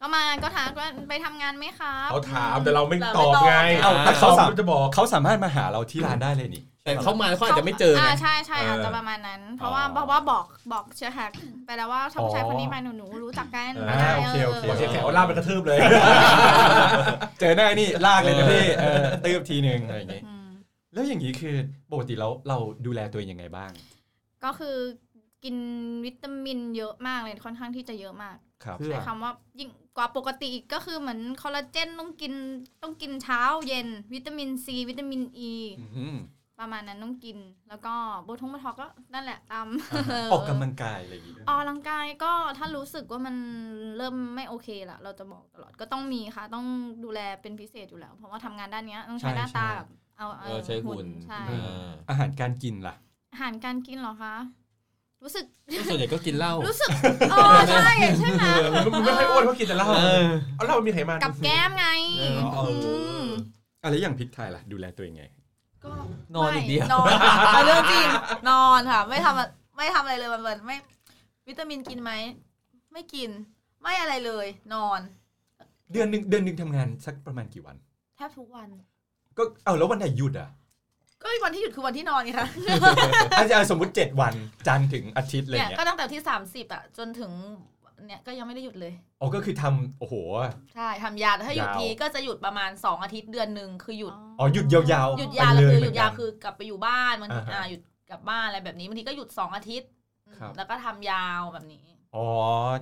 ก็มาก็ถามว่าไปทำงานไหมครับ เขาถามแต่เราไม่ตอบไง เอ้าแต่ ต เขา อบ สาม จะบอก เขาสามารถมาหาเราที่ร้านได้เลยนี่ แต่เขามาเขาอาจจะไม่เจอไง อ่าใช่ใช่อาจจะประมาณนั้น เพราะว่าเพราะว่าบอกบอกเชียร์แฮกไปแล้วว่าถ้าผู้ชายคนนี้มาหนูหนูรู้จักกัน อ่า ได้ โอเคโอเค บอกเช็คแขก ออ ว่าล่ากไปกระทืบเลย เจอหน้านี่ลากเลยนะพี่เออตื้บทีหนึ่งอะไรอย่างงี้ อืม แล้วอย่างนี้คือปกติแล้วเราดูแลตัวเองยังไงบ้าง ก็คือกินวิตามินเยอะมากเลยค่อนข้างที่จะเยอะมาก ครับ เพื่อ ใช้คำว่ายิ่งกว่าปกติอีกก็คือเหมือนคอลลาเจนต้องกินต้องกินเช้าเย็น วิตามินซีวิตามินอี อื้อหือ ประมาณนั้นต้องกิน แล้วก็โบทงโบท็อกก็นั่นแหละตาม ออกกำลังกายอะไรอย่างงี้ด้วย ออกกำลังกายก็ถ้ารู้สึกว่ามันเริ่มไม่โอเคละเราจะบอกตลอดก็ต้องมีค่ะ ต้องดูแลเป็นพิเศษอยู่แล้ว เพราะว่าทำงานด้านเนี้ยต้องใช้ ใช่ หน้าใช่ตาแบบเอา เออใช้หุ่น ใช่ อ่า อาหารการกินล่ะ อาหารการกินเหรอคะ รู้สึก ส่วนใหญ่ก็กินเหล้า รู้สึกเออใช่ใช่ไหม มันไม่ค่อยอ้วนเพราะกินแต่เหล้า เออ เอาเหล้ามันมีไขมัน กับแก้มไง เออ เอออื ม อะไรอย่างพริกไทยล่ะ ดูแลตัวเองไง ก็ นอนอีกเดียว นอนอ่ะเรื่องจริงนอนค่ะ ไม่ทำอะไม่ทำอะไรเลยวันวันๆไม่ วิตามินกินไหม ไม่กิน ไม่อะไรเลย นอน เดือนหนึ่งเดือนหนึ่งทำงานสักประมาณกี่วัน แทบทุกวัน ก็เอาแล้ววันไหนหยุดอ่ะ (laughs) ก็วันที่หยุดคือวันที่นอนไงคะ อาจจะสมมติ 7 วันจันทร์ถึงอาทิตย์อะไร เนี่ย (laughs) เงี้ย ก็ตั้งแต่วันที่สามสิบอ่ะ จนถึงเนี่ยก็ยังไม่ได้หยุดเลย อ๋อก็คือทำโอ้โห ใช่ทำยาวถ้าหยุด ยาว ทีก็จะหยุดประมาณ 2 อาทิตย์เดือนหนึ่งคือหยุด อ๋อหยุดยาวๆ หยุดยาวแล้วคือหยุดยาว ไปเล คือกลับไปอยู่บ้านบางที อ่าฮะ อ่าหยุดกลับบ้านอะไรแบบนี้บางทีก็หยุด 2 อาทิตย์อืม ครับ แล้วก็ทำยาวแบบนี้ อ๋อ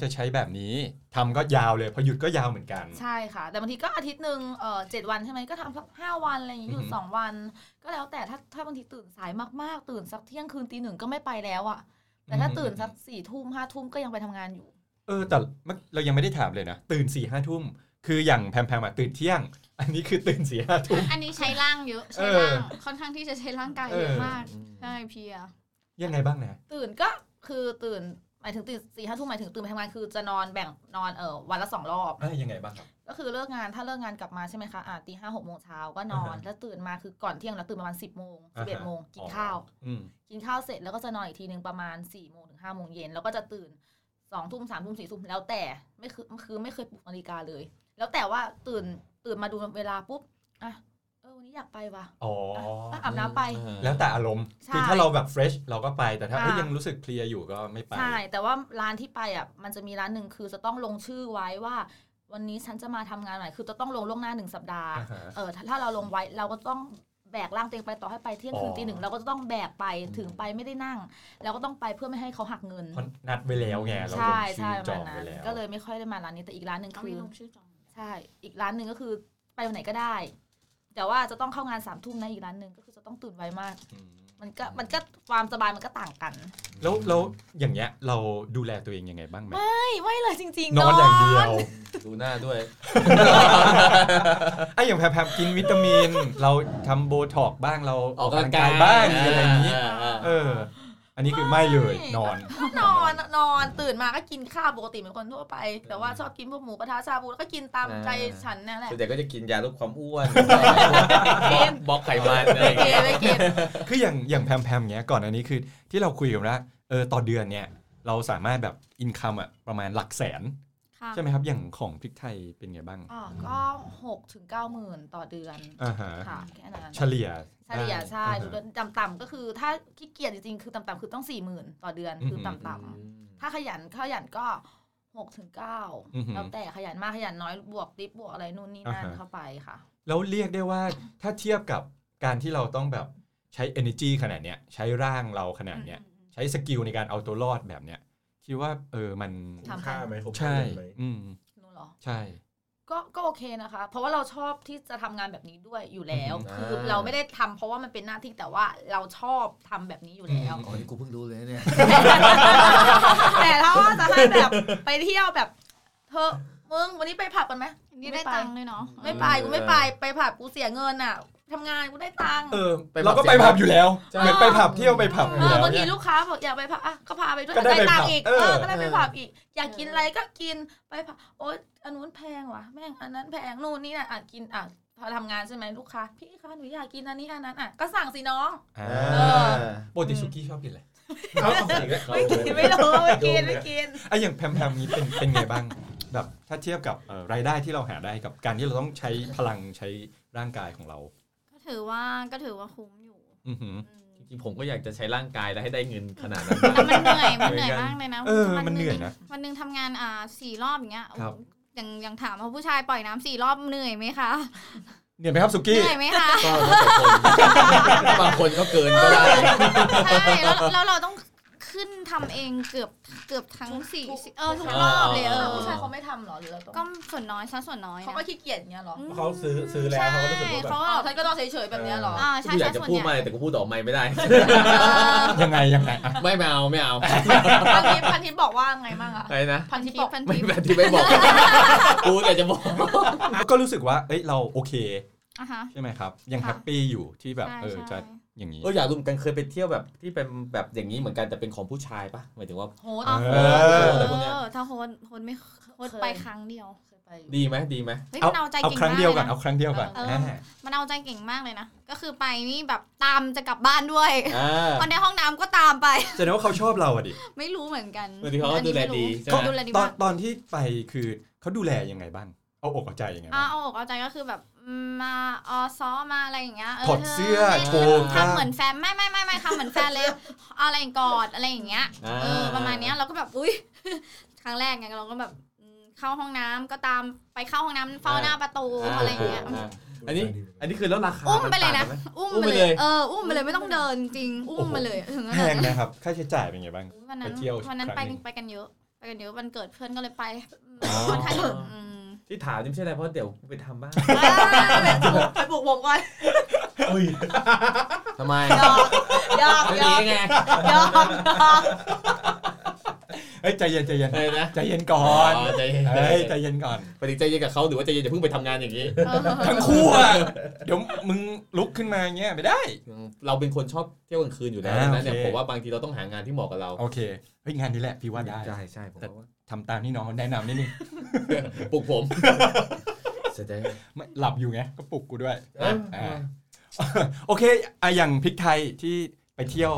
จะใช้แบบนี้ทำก็ยาวเลย พอหยุดก็ยาวเหมือนกัน ใช่ค่ะ แต่บางทีก็อาทิตย์หนึ่งเออเจ็ดวันใช่ไหมก็ทำสักห้าวันอะไรอย่างนี้หยุ อื ด อฮึ สองวัน ก็แล้วแต่ถ้าถ้าบางทีตื่นสายมากๆ ตื่นสักเที่ยงคืนตีหนึ่งก็ไม่ไปแล้วอะแต่ถ้าตื่นสักสี่ทุ่มห้าทุ่มก็ยังไปทำงานอยู่ เออแต่เมื่อเรายังไม่ได้ถามเลยนะ ตื่น4ี่ห้าทุ่ม คืออย่างแพมแพมอะตื่นเที่ยง อันนี้คือตื่น4ี่ห้าทุ่ม อันนี้ใช้ร่างเยอะใช้ร่างค่อนข้างที่จะใช้ร่างกายเยอะมาก เออ ใช่เพลีย ยังไงบ้างนะ ตื่นก็คือตื่นหมายถึงตื่นสี่ห้าทุ่มหมายถึงตื่นไปทำงานคือจะนอนแบ่งนอนเออวันละสองรอบ เอ้ยยังไงบ้างครับ ก็คือเลิกงานถ้าเลิกงานกลับมาใช่ไหมคะอ่าตีห้าหกโมงเช้าก็นอน อ่าฮะ แล้วตื่นมาคือก่อนเที่ยงแล้วตื่นประมาณสิบโมงสิบเอ็ด อ่าฮะ โมงกินข้าว อืม กินข้าวเสร็จแล้วก็จะนอนอีกทีหนึ่งประมาณสี่โมงถึงห้าโมงเย็นแล้วก็จะตื่นสองทุ่มสามทุ่มสี่ทุ่มแล้วแต่ไม่คือคือไม่เคยปลุกนาฬิกาเลย แล้วแต่ว่าตื่นตื่นมาดูเวลาปุ๊บอ่ะเออวันนี้อยากไปว่ะ อ๋อ อ่ะอาบน้ำไป แล้วแต่อารมณ์ ใช่ คือถ้าเราแบบเฟรชเราก็ไป แต่ถ้าเอ้ย อ่ายั ยังรู้สึกเพลียอยู่ก็ไม่ไป ใช่แต่ว่าร้านที่ไปอ่ะมันจะมีร้านหนึ่งคือจะต้องลงชื่อไว้ว่า วันนี้ฉันจะมาทำงานไหนอยคือจะต้องลงล่วงหน้าหนึ่งสัปดาห์ อ่าฮะ เออถ้าถ้าเราลงไว้เราก็ต้องแบกร่างเตียงไปต่อให้ไปเที่ยงคืน อ๋อ ตีหนึ่งเราก็จะต้องแบกไปถึงไปไม่ได้นั่ง แล้วก็ต้องไปเพื่อไม่ให้เขาหักเงิน เพราะนัดไว้แล้วไงเราล ใช่ งชื่ ใช่ อ ประ จ มา อ ณ ง นั้ ไว้ น แล้ว ก็เลยไม่ค่อยได้มาร้านนี้แต่อีกร้านหนึ่ง เอา คื มี อ ลงชื่อจอง ใช่อีกร้านหนึ่งก็คือไปวันไหนก็ได้ แต่ว่าจะต้องเข้างานสามทุ่มนะอีกร้านหนึ่งก็คือจะต้องตื่นไวมาก อืม มันก็มันก็ความสบายมันก็ต่างกัน แล้วแล้วอย่างเงี้ยเราดูแลตัวเองยังไงบ้างไหม ไม่ไม่เลยจริง นอนอย่างเดียว ดูหน้าด้วย ไอ้อย่างแพมๆกินวิตามิน เราทำโบท็อกบ้างเรา (laughs) ออกกำลังกาย บ้างอะไรอย่างนี้ นี้ เออ อั อันนี้คือไม่เลยนอน นอนนอนตื่นมาก็กินข้าวปกติเหมือนคนทั่วไป แต่ว่าชอบกินพวกหมูกระทะชาบูแล้วก็กินตามใจฉันนั่นแหละ ส่วนใหญ่ก็จะกินยาลดความอ้วน กิน บล็อกไขมันอะไรอย่าง เก เงี้ย ไม่กิน คืออย่างอย่างแพมแพมเงี้ยก่อนอันนี้คือที่เราคุยกันว่าเออต่อเดือนเนี่ยเราสามารถแบบอินคัมอะประมาณหลักแสน ค่ะ ใช่ไหมครับ อย่างของพริกไทยเป็นไงบ้าง อ่าก็หกถึงเก้าหมื่นต่อเดือน อ่าฮะ ค่ะแค่นั้น เฉลี่ย เฉลี่ยใช่ อ่าฮะ ทุกเดือนต่ำๆก็คือถ้าขี้เกียจจริงๆคือต่ำๆคือต้องสี่หมื่นต่อเดือนคือ อืม ต่ำๆถ้าขยันขยันก็หกถึงเก้า อือหือ แล้วแต่ขยันมากขยันน้อยบวกติปบวกอะไรนู่นนี่นั่น อ่าฮะ เข้าไปค่ะ แล้วเรียกได้ว่าถ้าเทียบกับการที่เราต้องแบบใช้ energy ขนาดเนี้ยใช้ร่างเราขนาดเนี้ยใช้สกิลในการเอาตัวรอดแบบเนี้ยคิดว่าเออมัน คุ้ ทำ มค่าไหมคุ้ม ใช่ ค่าไหม อืม นู่นเหรอ ใช่ ก็ก็โอเคนะคะ เพราะว่าเราชอบที่จะทำงานแบบนี้ด้วยอยู่แล้ว า คือเราไม่ได้ทำเพราะว่ามันเป็นหน้าที่แต่ว่าเราชอบทำแบบนี้อยู่แล้ว (laughs) อ๋อนี่กูเพิ่งรู้เลยเนี่ย แต่ถ้าว่าจะให้แบบไปเที่ยวแบบเธอมึงวันนี้ไปผับกันไหม นี่ได้ตังค์ด้วยเนาะ ไม่ไปกูไม่ไปไปผับกูเสียเงินอ่ะทำงานกูได้ตังค์ เออ ไปผับ เราก็ไปผับอยู่แล้ว ใช่ เหมือนไปผับเที่ยวไปผับอยู่ เออ แล้ว บางที เนี่ย ลูกค้าบอกอยากไปผับอ่ะก็พาไปด้วย ก็ได้ ได้ตัไปผังบ ค์อีก เอ เอ อ อก็ได้ไปผับอีก อยากกินอะไรก็กินไปผับโอ๊ยอันนู้นแพงว่ะแม่งอันนั้นแพงนู่นนี่น่ะอ่ะกินอ่ะพอทำงานใช่ไหมลูกค้าพี่คะหนูอยากกินอันนี้อันนั้นอ่ะก็สั่งสิน้อง (laughs) อ่า เออ ปกติสุกี้ชอบกินอะไร เอาเอาอีกแล้ว ไม่กินไม่รู้ไม่กินไม่กิน ไอะอย่างแพมแพมนี้เป็นเป็นไงบ้าง แบบถ้าเทียบกับเอ่อรายได้ที่เราหาได้กับการที่เราต้องใช้พลังใช้ร่างกายของเรา ก็ถือว่าก็ถือว่าคุ้มอยู่ อือหือ อืม จริงๆผมก็อยากจะใช้ร่างกายแล้วให้ได้เงินขนาดนั้น แต่มันเหนื่อย มันเหนื่อยมากเลยนะ เออ วั มันเหนื่อยนะ วันหนึ่งทำงานอ่าสี่รอบอย่างเงี้ย ครับ อย่างอย่างถามว่าผู้ชายปล่อยน้ำสี่รอบเหนื่อยไหมคะ เหนื่อยไหมครับสุ เห กี้ นื่อยไหมคะ ก็แล้วแต่คน (laughs) บางคนก็เกินก็ได้ ใช่แล้วแล้วเราต้องขึ้นทำเองเกือบเกือบทั้งสี่ ทุก เออทุกรอบเลยเอ เออ อ ผู้ชายเขาไม่ทำเหรอหรือเราต้อง ก็ส่วนน้อยซะส่วนน้อย เขาก็ขี้เกียจอย่างเงี้ยเหรอ อืม เขาซื้อซื้อแล้วเขาก็รู้สึกว่า ใช่ แบบ เขา อ๋อก็ฉันก็ต้องเฉยๆแบบเนี้ยเหรอ อ่าใช่ กูอ ใช่ ยากจะ ส่วน พูด ให มากญ่เลยแต่กูพูดออกไมค์ (laughs) ไม่ได้ ยังไงยังไงอ่ะ ไม่เอาไม่เอา พันทิพย์พันทิพย์บอกว่าไงบ้างอะ อะไรนะ พันทิพย์บอก ไม่แบบที่ไม่บอก กูแต่จะบอก ก็รู้สึกว่า เอ้ยเราโอเค อ่ะฮะ ใช่ไหมครับ ยังแฮปปี้อยู่ที่แบบ ใช่ เออจะ ใช่ อย่างนี้ เอออยากรู้เหมือนกันเคยไปเที่ยวแบบที่เป็นแบบอย่างนี้เหมือนกันแต่เป็นของผู้ชายปะหมายถึงว่า โหด อ๋อ เออ เออถ้าโฮนโฮนไม่โฮนไปครั้งเดียว เคยไป ดีไหมดีไหม เฮ้ย เอา มันเอาใจ เอา เก่ง ครั้ง มาก เดียว เล ก่อย น นะ เอาครั้งเดียวก่อน เออ นะ มันเอาใจเก่งมากเลยนะ ก็คือไปนี่แบบตามจะกลับบ้านด้วย อ่า พอในห้องน้ำก็ตามไป แสดงว่าเขาชอบเราอะดิ ไม่รู้เหมือนกัน บางทีเขาก็ดูแลดีใช่ เขา ไหม ดูแลดี ตอน มาก ตอนที่ไปคือเขาดูแลยังไงบ้าง เอาอกเอาใจยังไง อ่า บ้าง เอาอกเอาใจก็คือแบบอืมมาออซ้อมาอะไรอย่างเงี้ย ถอดเสื้อ ธ โชว์กล้าม ทำเหมือนแฟนไม่ไม่ไม่ไม่ทำเหมือนแฟนเลย อะไรกอดอะไรอย่างเงี้ย า เออประมาณเนี้ยเราก็แบบอุ้ย (laughs) ครั้งแรกไงเราก็แบบอืมเข้าห้องน้ำก็ตามไปเข้าห้องน้ำเฝ้าหน้าประตูอะไรอย่างเงี้ย าอันนี้อันนี้คือแล้วราคา อุ้มไปเลยนะ มัต่างกัไหม อุ้ม อุ้ม ไป ไป เล เลย ย เอออุ้มไปเลยไม่ต้องเดินจริงอุ้มไปเลย (laughs) ถึงข แพ นาด ง นั้น นะครับ ค่าใช้จ่ายเป็นไงบ้าง อุ๊ยวันนั้น ไปเที่ยว วันนั้น ค ไป รั้งหนึ่ง ไปกันเยอะไปกันเยอะวันเกิดเพื่อนก็เลยไป อ๋อ ค่อนข้างเยอะอืม ที่ถามนี่ไม่ใช่อะไรเพราะเดี๋ยวกูไปทำบ้าง ไปบุกไปบุกวงก่อน (laughs) ทำไม หยอกหยอก ไม่ หย ดี อก ไง หยอกหยอก เฮ้ยใจเย็นใจเย็น อะไรนะ ใจเย็นก่อ อ๋อน ใจเย็น เฮ้ยใจเย็นก่อน ไปถึงใจเย็นกับเขาหรือว่าใจเย็นอย่าเพิ่งไปทำงานอย่างนี้ ทั้งคู่อะเดี๋ยวมึงลุกขึ้นมาอย่างเงี้ยไม่ได้ เราเป็นคนชอบเที่ยวกลางคืนอยู่แล้ว อ่า ดังนั้นเนี่ย โอเค ผมว่าบางทีเราต้องหางานที่เหมาะกับเรา โอเคเฮ้ยงานนี้แหละพี่ว่าได้ ใช่ใช่ผมว่า ทำตามที่น้องแนะนำนิดนึง ปลุกผมเสียใจ ไม่หลับอยู่ไงก็ปลุกกูด้วย อ่ะ อ่า โอเคอะอย่างพริกไทยที่ไปเที่ยว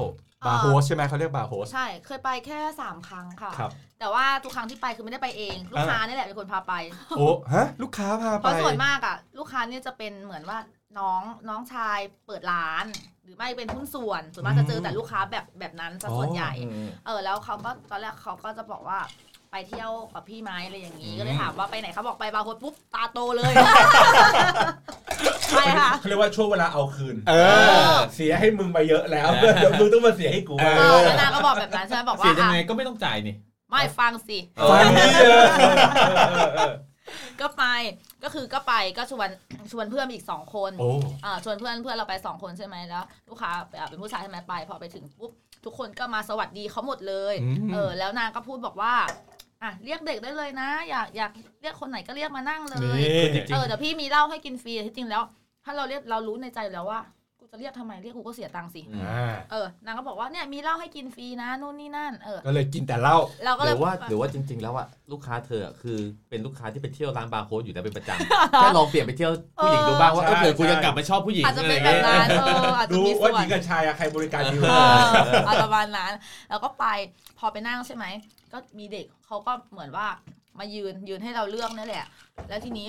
บาร์โฮสใช่ไหมเขาเรียกบาร์โฮส ใช่เคยไปแค่สามครั้งค่ะ ครับ แต่ว่าทุกครั้งที่ไปคือไม่ได้ไปเองลูกค้านี่แหละเป็นคนพาไป โอ้ฮะ ลูกค้าพา เพ ไป ราะส่วนมากอะลูกค้าเนี่ยจะเป็นเหมือนว่าน้องน้องชายเปิดร้าน หรือไม่เป็นหุ้นส่วนส่วนมากจะเจอแต่ลูกค้าแบบแบบนั้นซะส่วนใหญ่ อืม เออแล้วเขาก็ตอนแรกเขาก็จะบอกว่าไปเที่ยวกับพี่ไหมอะไรอย่างนี้ อืม ก็เลยถามว่าไปไหนเขาบอกไปบาร์โฮสปุ๊บตาโตเลย ไปค่ะ เขาเรียกว่าช่วงเวลาเอาคืน เออ เสียให้มึงไปเยอะแล้ว เดี๋ยวมึงต้องมาเสียให้กู เอ บ้าง อแล้วนางก็บอกแบบนั้นใช่ไหมบอก เสี ว่าย ยัง อ่ะ ไงก็ไม่ต้องจ่ายนี่ ไม่ฟังสิ ฟังดีเลย ก็ไปก็คือก็ไปก็ชวนชวนเพื่อนอีกสองคน โอ้ อ่าชวนเพื่อนเพื่อนเราไปสองคนใช่ไหมแล้ว ลูกค้าอ่าเป็นผู้ชายใช่ไหมไป พอไปถึงปุ๊บทุกคนก็มาสวัสดีเขาหมดเลย อืม เออแล้วนางก็พูดบอกว่าอ่ะเรียกเด็กได้เลยนะ อยากอยากเรียกคนไหนก็เรียกมานั่งเลย นี่ เออเดี๋ยวพี่มีเหล้าให้กินฟรีแต่ที่จริงแล้ว ถ้าเราเรียกเรารู้ในใจอยู่แล้วว่ากู จะเรียกทำไมเรียกกูก็เสียตังค์สิ อ่า เออนางก็บอกว่าเนี่ยมีเหล้าให้กินฟรีนะนู่นนี่นั่น เออ ก็เลยกินแต่เหล้า เราก็ ห เลย รือว่าหรือว่าจริง ๆ แล้วอะลูกค้าเธออะคือเป็นลูกค้าที่ไปเที่ยวร้านบาร์โค้ดอยู่แล้วเป็นประจ (laughs) ำ แค่ลองเปลี่ยนไปเที่ยวผู้หญิงดูบ้างว่าเออ ใช่ เผื่อกู ใช่ จะกลับมาชอบผู้หญิง อาจจะ อะไร เป็นแบ เงี้ บ ย นั้นเอออาจจะ ดู มีส่ ว่า วน หญิงกับชายอะใครบริการดีกว่า เออเอาประมาณนั้นแล้วก็ไปพอไปนั่งใช่ไหม ก็มีเด็กเขาก็เหมือนว่ามายืนยืนให้เราเลือกนั่นแหละ แล้วทีนี้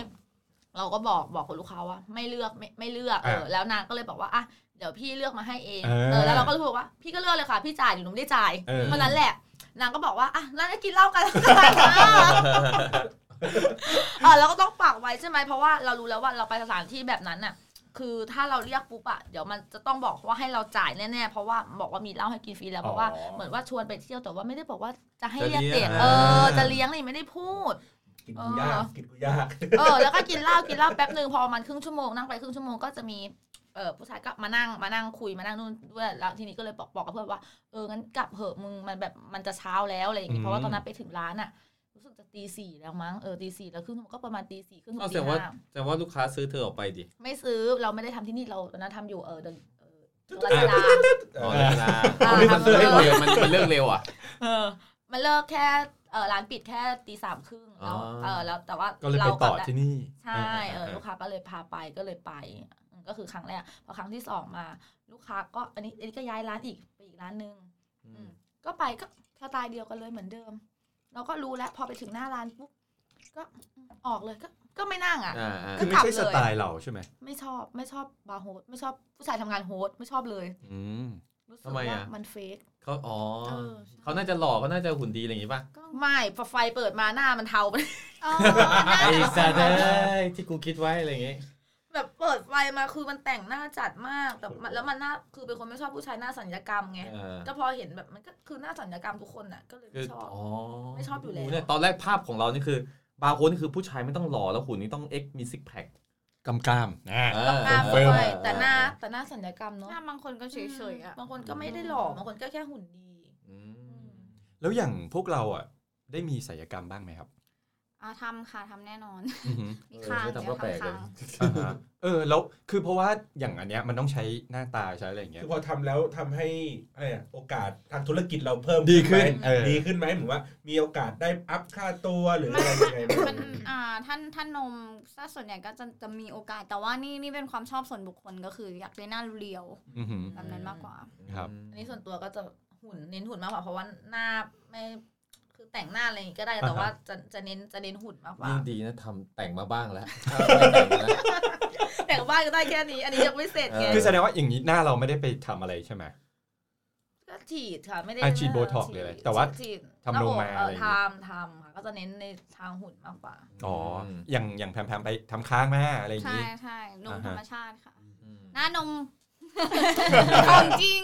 เราก็บอกบอกคุณลูกค้าว่า ไม่เลือกไม่ไม่เลือกเออแล้วนางก็เลยบอกว่าอ่ะเดี๋ยวพี่เลือกมาให้เอง เออ เออแล้วเราก็รู้สึกว่าพี่ก็เลือกเลยค่ะพี่จ่ายหนูไม่ได้จ่าย เออ เท่านั้นแหละ นางก็บอกว่าอ่ะนั่นก็กินเหล้ากัน (laughs) อ่ะเราก็ต้องปากไว้ใช่ไหมเพราะว่าเรารู้แล้วว่าเราไปสถานที่แบบนั้นน่ะ คือถ้าเราเรียกปุ๊บอะเดี๋ยวมันจะต้องบอกว่าให้เราจ่ายแน่ๆเพราะว่าบอกว่ามีเหล้าให้กินฟรีแล้วเพราะว่า อ๋อ เหมือนว่าชวนไปเที่ยวแต่ว่าไม่ได้บอกว่าจะให้เรียกเด็กเออจะเลี้ยงนี่ไม่ได้พูด กินกูยากกินกูยาก เออแล้วก็กินเหล้ากินเหล้าแป๊บหนึ่งพอประมันครึ่งชั่วโมงนั่งไปครึ่งชั่วโมงก็จะมีเออผู้ชายก็มานั่งมานั่งคุยมานั่งนู่นด้วยแล้วทีนี้ก็เลยบอกบอกกับเพื่อนว่าเอองั้นกลับเหอะมึงมันแบบมันจะเช้าแล้วอะไรอย่างงี้ อืม เพราะว่าตอนนั้นไปถึงร้านอะรู้สึกจะตีสี่แล้วมั้งเออตีสี่แล้วครึ่งชั่วโมงก็ประมาณตีสี่ครึ่งถึ ก็ ง แสด ตี งว่า ห้า แสดงว่าลูกค้าซื้อเธอออกไปดิ ไม่ซื้อเราไม่ได้ทำที่นี่เราตอนนั้นทำอยู่เออเดินเออตรงรัชดา อ๋อเวลา อ่า เรื่องมันเลิกเร็วมันมันเลิกเร็วอ่ะ เออมันเลิกแค่เออร้านปิดแค่ตีสามครึ่งแล้ว อ๋อ เออแล้วแต่ว่า ก็เลยไปต่อ รา ที่นี่ ใช่เออ อ่าๆๆ ลูกค้าก็เลยพาไปก็เลยไปอืมก็คือครั้งแรกพอครั้งที่สองมา ลูกค้าก็อันนี้อันนี้ก็ย้ายร้านอีกไปอีกร้านหนึงอืมก็ไปก็สไตล์เดียวกันเลยเหมือนเดิม เราก็รู้แล้วพอไปถึงหน้าร้านปุ๊บก็ออกเลยก็ก็ไม่นั่งอ่ะ อ่าอ่า คือไม่ใช่สไตล์เราใช่ไหม ไม่ชอบไม่ชอบบาร์โฮสไม่ชอบผู้ชายทำงานโฮสไม่ชอบเลย อืม รู้สึกว่ามันเฟก เขาอ๋อ เออ เขาน่าจะหล่อเขาน่าจะหุ่นดีอะไรอย่างงี้ป่ะ ก็ ไม่พอไฟเปิดมาหน้ามันเทา เออ ไอ้สัตว์เอ้ยที่กูคิดไว้อะไรอย่างงี้ แบบเปิดไฟมาคือมันแต่งหน้าจัดมากแต่มันแล้วมันหน้าคือเป็นคนไม่ชอบผู้ชายหน้าสัญญกรรมไง เออ ก็พอเห็นแบบมันก็คือหน้าสัญญกรรมทุกคนน่ะก็เลย คื ไม่ อ ชอบ อ๋อ ไม่ชอบอยู่แล้ว เนี่ยตอนแรกภาพของเรานี่คือ บาร์โค้ดนี่คือผู้ชายไม่ต้องหล่อแล้วหุ่นนี่ต้องเอ็กมีซิกแพค กำกามนะ หน้า เฟิร์ม ด้วยแต่หน้าแต่หน้าสัญญกรรมเนาะ หน้าบางคนก็เฉยๆอ่ะ บางคนก็ไม่ได้หล่อบางคนก็แค่หุ่นดี แล้วอย่างพวกเราอ่ะ ได้มีศัลยกรรมบ้างไหมครับ อ่ะทำค่ะทำแน่นอน อือฮึ มีคาง เออไม่ทำก็แปลกเลย คาง อ่าฮะเออแล้วคือเพราะว่าอย่างอันเนี้ยมันต้องใช้หน้าตาใช้อะไรอย่างเงี้ย คือพอทำแล้วทำให้อะไรอะโอกาสทางธุรกิจเราเพิ่ม ดีขึ้น ไหม เออ ดีขึ้นไหมเหมือนว่ามีโอกาสได้อัพค่าตัวหรืออะไรยังไงไหม มันอ่าท่านท่านนมซะส่วนใหญ่ก็จะจะมีโอกาสแต่ว่านี่นี่เป็นความชอบส่วนบุคคลก็คืออยากได้หน้าเรียว อือฮึ แบบนั้นมากกว่า ครับ อันนี้ส่วนตัวก็จะหุ่นเน้นหุ่นมากกว่าเพราะว่าหน้าไม่คือแต่งหน้าอะไรอย่างงี้ก็ได้แต่ว่าจะจะเน้นจะเน้นหุ่นมากกว่า ยิ่งดีนะทำแต่งมาบ้างแล้ว แต่งบ้านก็ได้แค่นี้ อันนี้ยังไม่เสร็จไง เ คือแสดงว่าอย่างนี้หน้าเราไม่ได้ไปทำอะไรใช่ไหม ก็ฉีดค่ะไม่ได้ อ่ะฉีด Botox หรืออะไรแต่ว่า ฉีด ทำลงมา เอ อะไร อ อย่างงี้ ทำทำค่ะก็จะเน้นในทางหุ่นมากกว่า อ๋ออย่างอย่างแพมๆไปทำค้างมาอะไรอย่าง ใช่ งี้ ใช่นม อ่าฮะ ธรรมชาติค่ะ อืม หน้านม ของจริง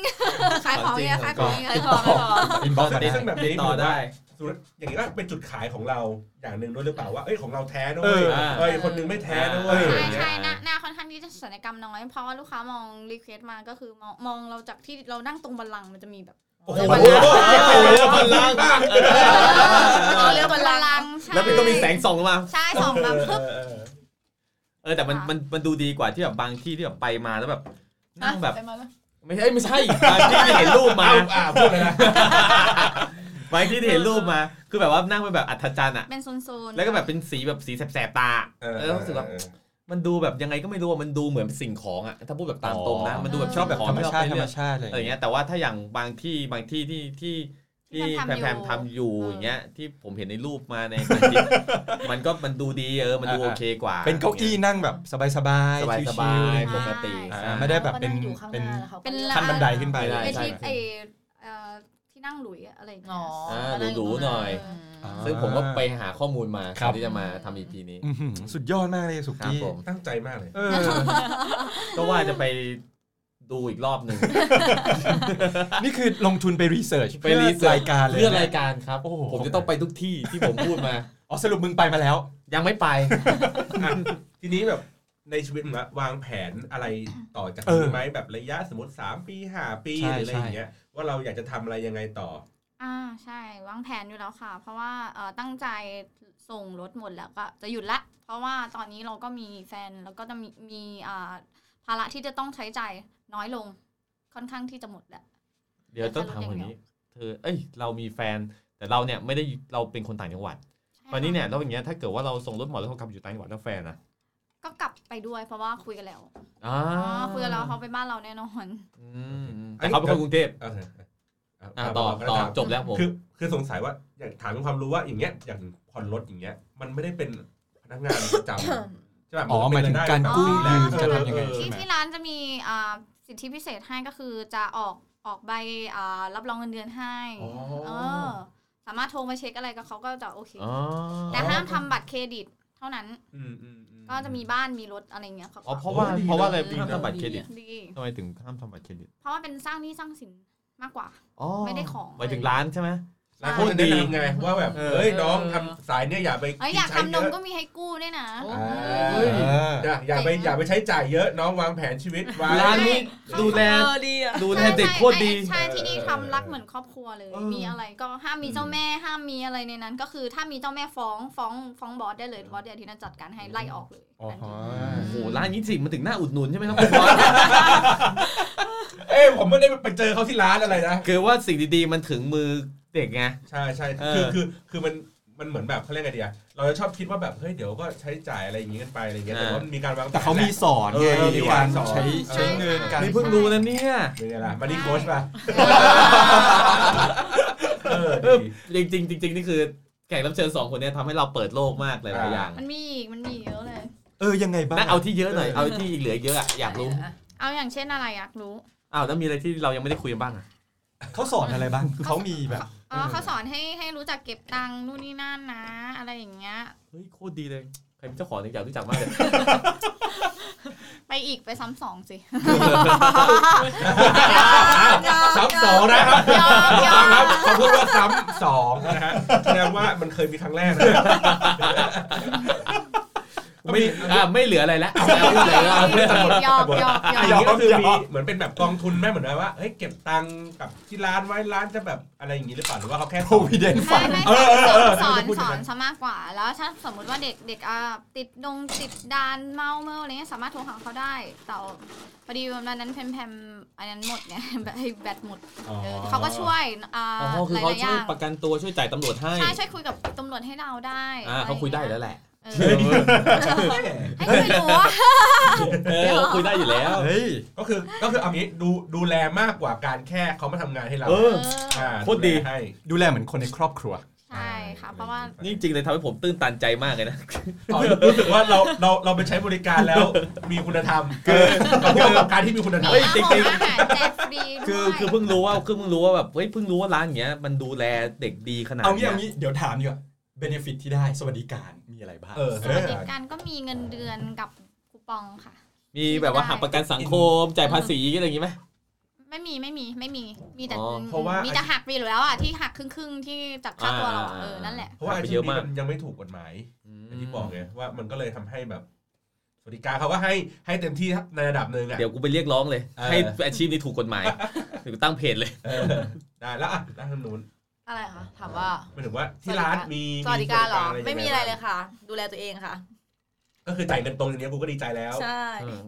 ขายของเนี่ยขายของเนี่ย ขาย ขายข ขอ อง ง อินบ็อกซ์มางได้ซึ่นี่ซึ่งแบบนี้ ต่อได้ สมมุติอย่างนี้ก็เป็นจุดขายของเราอย่างหนึ่งด้วยหรือเปล่าว่าเอ้ยของเราแท้ด้วย เออ เอ้ยคนหนึงไม่แท้ด้วย เออ ใช่ใช่หน้าหน้าค่อนข้างที่จะศัลยกรรมน้อย เพราะว่าลูกค้ามองรีเควสมาก็คือมองมองเราจากที่เรานั่งตรงบัลลังก์มันจะมีแบบ โอ้โห เรียกว่า มันล่าง เออเรียกว่า บัล ลา ลั ง งก์ใช่ แล้วมันก็มีแสงส่องลงมา ใช่สองแบบปึ๊บ เออเออ เออแต่มัน ค่ะ มันมันดูดีกว่าที่แบบบางที่ที่แบบไปมาแล้วแบบนั่งแบบ ไปมาแล้ว ไม่ใช่เอ้ยไม่ใช่บางที่ที่เห็นรูปมา เอาอ่าพูดเลยนะ บางที่ที่เห็นรูปมา คือแบบว่านั่งเป็นแบบอัศจรรย์อะ เป็นโซนๆ แล้วก็แบบเป็นสีแบบสีแสบๆตาเออรู้สึกว่า เออ มันดูแบบยังไงก็ไม่รู้อะมันดูเหมือนสิ่งของอ่ะถ้าพูดแบบตามตรงนะ อ๋อ มันดูแบบ ชอบแบบ ขอ ธรงรมชาติธรรม ชาติ ชาติอะไร อะไร อย่าง เงี้ เงี้ย ยแต่ว่าถ้าอย่างบางที่บางที่ที่ที่ที่แพมแพมทำอยู่อย่างเงี้ยที่ผมเห็นในรูปมาใน (laughs) พันทิปมันก็มันดูดีเออมันดูโอเคกว่า เป็นเก้าอี้นั่งแบบสบาย สบาย ๆ ส ชิ บา วย ๆ ปกติ อ่า ใช่ ไม่ได้แบบเป็น ขาก็งอยู่ข้างห เป็น น้าแล้วขาก็ขั้นลือกเป็นละบันไดขึ้นไป ใช่ เวที ใช่ เออเอ่อที่นั่งหลุยอะอะไรอย่าง อ๋ เอ่าอย องี้ก็ง หรูๆหน่อย เ อ่า ซึ่งผมก็ไปหาข้อมูลมา ครับก่อนที่จะมาทำอีพีนี้ อื้อหือสุดยอดมากเลยสุ ครับ กี้ ผม ตั้งใจมากเลย เอ (laughs) อ ก็ว่าจะไปดูอีกรอบหนึ่ง นี่คือลงทุนไปรีเสิร์ช ไปรีเสิ รายการเลย เพื่อรายการครับ โอ้โห ผมจะต้องไปทุกที่ที่ผมพูดมา อ๋อสรุปมึงไปมาแล้ว (laughs) ยังไม่ไป อ่ะทีนี้แบบในชีวิตมึงละวางแผนอะไรต่อจาก เออ นี้ไหมแบบระยะสมมติสามปีห้าปี ใช่ หรืออะไรอ ใช่ ย่างเงี้ยว่าเราอยากจะทำอะไรยังไงต่อ อ่าใช่วางแผนอยู่แล้วค่ะ เพราะว่าเอ่อตั้งใจส่งรถหมดแล้วก็จะหยุดละ เพราะว่าตอนนี้เราก็มีแฟนแล้วก็จะมีมีอ่าภาระที่จะต้องใช้ใจ่าย น้อยลง ค่อนข้างที่จะหมดแหละ เดี๋ยวต้องถามคนนี้ เธอ เอ้ย เรามีแฟน แต่เราเนี่ยไม่ได้ เราเป็นคนต่างจังหวัด ตอนนี้เนี่ยแล้วอย่างเงี้ย ถ้าเกิดว่าเราส่งรถหมอแล้วเขากลับอยู่ต่างจังหวัดแล้วแฟนนะ ก็กลับไปด้วยเพราะว่าคุยกันแล้ว อ๋อ อ๋อคุยกันแล้วเขาไปบ้านเราแน่นอน อืมแต่เขาเป็นคนกรุงเทพ โอเคเา อ่ะ เา ต่อ เา ต่อ ถาม จบแล้วผม คือคือสงสัยว่าอยากถามเป็นความรู้ว่าอย่างเงี้ยอย่างผ่อนรถอย่างเงี้ย มันไม่ได้เป็นพนักงานประ (coughs) จำใช่ป่ะ อ๋อหมายถึงการกู้ยืมจะทำยังไงใช่ที่ไหม ที่ร้านจะมีอ่าสิทธิพิเศษให้ก็คือจะออกออกใบอ่ารับรองเงินเดือนให้ อ๋อ เออ สามารถโทรมาเช็คอะไรก็เขาก็จะโอเค อ๋อ แต่ห้ามทำบัตรเครดิต เท่านั้น อืมอืมอืม ก็จะมีบ้านมีรถอะไรเงี้ยเขา อ๋อเพราะว่า เพราะว่าอะไร ดีนะ ถึงทำบัตรเครดิต ดี ทำไมถึงห้ามทำบัตรเครดิต เพราะว่าเป็นสร้างหนี้สร้างสินมากกว่า อ๋อ ไม่ได้ของ หมายถึงร้านใช่ไหม ร้านเขาจะแนะนำไงว่าแบบ เออ เฮ้ยน้องทำสายเนี่ยอย่าไป เอ้ยอยาก ใช้ ทำน เย ม อะ ก็มีให้กู้ด้วยนะ โอ้ เฮ้ยอย่าอย่าไปอย่าไปใช้จ่ายเยอะน้องวางแผนชีวิตไว้ ร้านนี้ เขา ดูแล เออดีอ่ะ ดูแล ใช่ เด็กโคตรดี ใช่ที่นี่ทำรักเหมือนครอบครัวเลย เออ มีอะไรก็ห้ามมีเจ้าแม่ห้ามมีอะไรในนั้น ก็คือถ้ามีเจ้าแม่ฟ้องฟ้องฟ้องบอสได้เลยบอสเดี๋ยวที่นั่นจัดการให้ไล่ออกเลยทันที โอ้โห ร้านนี้สิมันถึงหน้าอุดหนุนใช่ไหมครับคุณบอล เอ้ยผมไม่ได้ไปเจอเขาที่ร้านอะไรนะ คือว่าสิ่งดีๆ มันถึงมือเด็กไง ใช่ใช่ เออ คือคือคือมันมันเหมือนแบบเขาเรียกไงดีอะเราจะชอบคิดว่าแบบเฮ้ยเดี๋ยวก็ใช้จ่ายอะไรอย่างงี้กันไปอะไรอย่างเงี้ยแต่ว่ามันมีการวางผน แต่เขามี แหละ สอนไง เออมี มีการ สอน ใช้ใช้เงินการ นี่เพิ่งรู้นะเนี่ย เป็นไงล่ะมาดีโค้ชป่ะเออ เออ ดี จริงๆจริงๆนี่คือแขกรับเชิญสองคนเนี่ยทำให้เราเปิดโลกมากหลายๆอย่าง มันมีอีกมันมีเยอะเลย เออ ยังไงบ้าง นั่นเอาที่เยอะหน่อย เอาที่อีกเหลือเยอะอะอยากรู้ เอาอย่างเช่นอะไรอยากรู้ อ้าวแล้วมีอะไรที่เรายังไม่ได้คุยกันบ้างอะ เขาสอนอะไรบ้างคือเขามีแบบ อ๋อ เออ เขาสอนให้ให้รู้จักเก็บตังค์นู่นนี่นั่นนะ อะไรอย่างเงี้ย เฮ้ยโคตรดีเลย ใครเป็นเจ้าของเนี่ยอยากรู้จักมากเลย ไปอีกไปซ้ำสองสิ (laughs) ซ้ำสองนะครับ ยอมยอ ฟัง ม ครับเขาพูดว่าซ้ำสองนะฮะแสดงว่ามันเคยมีครั้งแรกนะ ไม่อ่าไม่เหลืออะไรแล้วเอาแล้วเอาแล้วเอาแล้ว ยอมยอมยอม อย่างนี้ก็คือมีเหมือนเป็นแบบกองทุนแม่เหมือนแบบว่าเฮ้ยเก็บตังค์กับที่ร้านไว้ร้านจะแบบอะไรอย่างนี้หรือเปล่าหรือว่าเขาแค่สอน provident ไม่ fund ไม่ เออเออเออ สอน พูดอ ส ย่าง อ นั้น น ซะมากกว่า แล้วถ้าสมมุติว่าเด็กเด็กอ่าติดดงติดดานเมาเมาอะไรเงี้ยสามารถโทรหาเขาได้แต่พอดีวันนั้นแพมแพมอันนั้นหมดเนี่ยแบบให้ (laughs) แบตหมด อ๋อ เออเขาก็ช่วยอ่า อ๋อคือ หลาเขายๆอ ช่วย ย่าง ประกันตัวช่วยจ่ายตำรวจให้ ใช่ช่วยคุยกับตำรวจให้เราได้ อ่าเขาคุยได้แล้วแหละ เอ เอออให้เขาไปดูว่า เออเขาคุยได้อยู่แล้ว เฮ้ย ก็คือก็คือเอางี้ดูดูแลมากกว่าการแค่เขามาทำงานให้เรา เออ อ่า โคตรดี แลให้ ดูแลเหมือนคนในครอบครัว ใช่ค่ะ เพราะว่า นี่จริงเลยทำให้ผมตื้นตันใจมากเลยนะ อ๋อรู้สึกว่าเราเราเราไปใช้บริการแล้วมีคุณธรรมเกินกับพวกกับการที่มีคุณธรรม เฮ้ยจริงๆ อาหารแจกฟรีด้วย คือคือเพิ่งรู้ว่าคือเพิ่งรู้ว่าแบบเฮ้ยเพิ่งรู้ว่าร้านอย่างเงี้ยมันดูแลเด็กดีขนาด เอางี้ เนี้ย เอางี้เดี๋ยวถามดีกว่าเบนฟิตที่ได้สวัสดิการมีอะไรบ้าง เออ สวัสดิการก็มีเงินเดือนกับคูปองค่ะ มีแบบว่าหักประกันสังคมจ่ายภาษีอะไรอย่างงี้ไหม ไม่มีไม่มีไม่มีมีแต่ อ๋อ เพราะว่ามี แต่หักไปอยู่แล้วอ่ะที่หักครึ่งครึ่งๆที่จากค่าตัวเราอะ อ่า เออนั่นแหละ เพราะว่าอาชีพนี้มันยังไม่ถูกกฎหมาย อ อาย่ย่าง ง ที่ ที่ บบ อ อก กไงว่ามันก็เลยทำให้แบบสวัสดิการเขาก็ให้ให้เต็มที่ในระดับหนึ่งอ่ะ เดี๋ยวกูไปเรียกร้องเลย เออ ให้อาชีพนี้ถูกกฎหมายถึงตั้งเพจเลย เออได้แล้วอ่ะด้านนู้น อะไรคะถามว่า หมายถึงว่าที่ร้านมี สวัสดิการเหรอ สวัสดิ ไม่มีอะไรเลยค่ะ ดูแลตัวเองค่ะ ก็คือจ่ายเงินตรงอย่างเนี้ยกูก็ดีใจแล้ว ใช่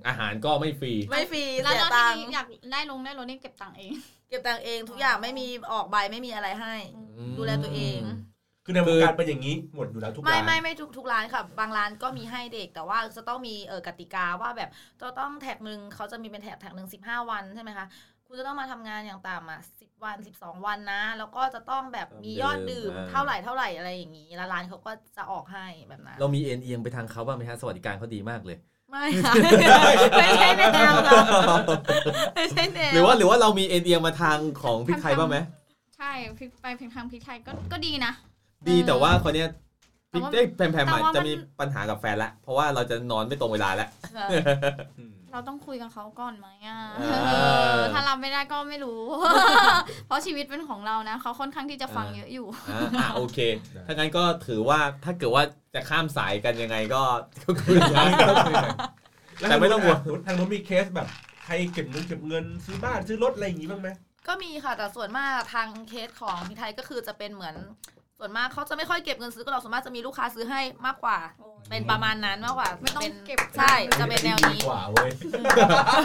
อาหารก็ไม่ฟรี ไม่ฟรี แล้ เสี วย ตอ ตั น งค์ ที่อยากได้ลงได้รถนี่เก็บตังค์เอง เก็บตังค์เองทุกอย่างไม่มีออกใบไม่มีอะไรให้ ดูแลตัวเอง คือในวงการเป็นอย่างนี้หมดอยู่แล้วทุก ไม่ ร้าน ไม่ไม่ทุกทุกร้านค่ะบางร้านก็มีให้เด็กแต่ว่าจะต้องมีเออกติกาว่าแบบจะต้องแท็กหนึ่งเขาจะมีเป็นแท็กแท็กหนึ่งสิบห้าวันใช่ไหมคะคุณจะต้องมาทำงานอย่างต่ำอ่ะสิบวันสิบสองวันนะ แล้วก็จะต้องแบบมียอดดื่ม อ่า เท่าไหร่เท่าไหร่อะไรอย่างนี้แล้วร้านเขาก็จะออกให้แบบนั้น เรามีเอ็นเอียงไปทางเขาบ้างไหมฮะสวัสดิการเขาดีมากเลย ไม่ค่ะ (laughs) ไม่ใช่แนวค่ะไม่ใช่แนว หรือว่าหรือว่าเรามีเอ็นเอียงมาทางของพริกไทยบ้างไหม ใช่พริกไปพริกทางพริกไทยก็ก็ดีนะ ดีแต่ว่าคนเนี้ยพริก แต่ว่า ได้ยแพมๆ แต่ อ่ะ ว่ามัน จะมีปัญหากับแฟนละเพราะว่าเราจะนอนไม่ตรงเวลาละ อืม เราต้องคุยกับเขาก่อนไหมอ่ะ เออ เออถ้ารับไม่ได้ก็ไม่รู้ (laughs) เพราะชีวิตเป็นของเรานะเขาค่อนข้างที่จะฟังเยอะอยู่ อ่าอ่ะโอเค ถ้างั้นก็ถือว่าถ้าเกิดว่าจะข้ามสายกันยังไงก็ก็คุยกัน แต่ไม่ต้องห่วง ทางนู้นมีเคสแบบใครเก็บเงินเก็บเงินซื้อบ้านซื้อรถอะไรอย่างนี้บ้างไหม ก็มีค่ะแต่ส่วนมากทางเคสของพี่ไทยก็คือจะเป็นเหมือน ส่วนมากเขาจะไม่ค่อยเก็บเงินซื้อก็หรอกส่วนมากจะมีลูกค้าซื้อให้มากกว่า เป็นประมาณนั้นมากกว่า ไม่ต้อง เป็น เก็บ ใช่จะเป็นแนวนี้ ดีกว่าเว้ย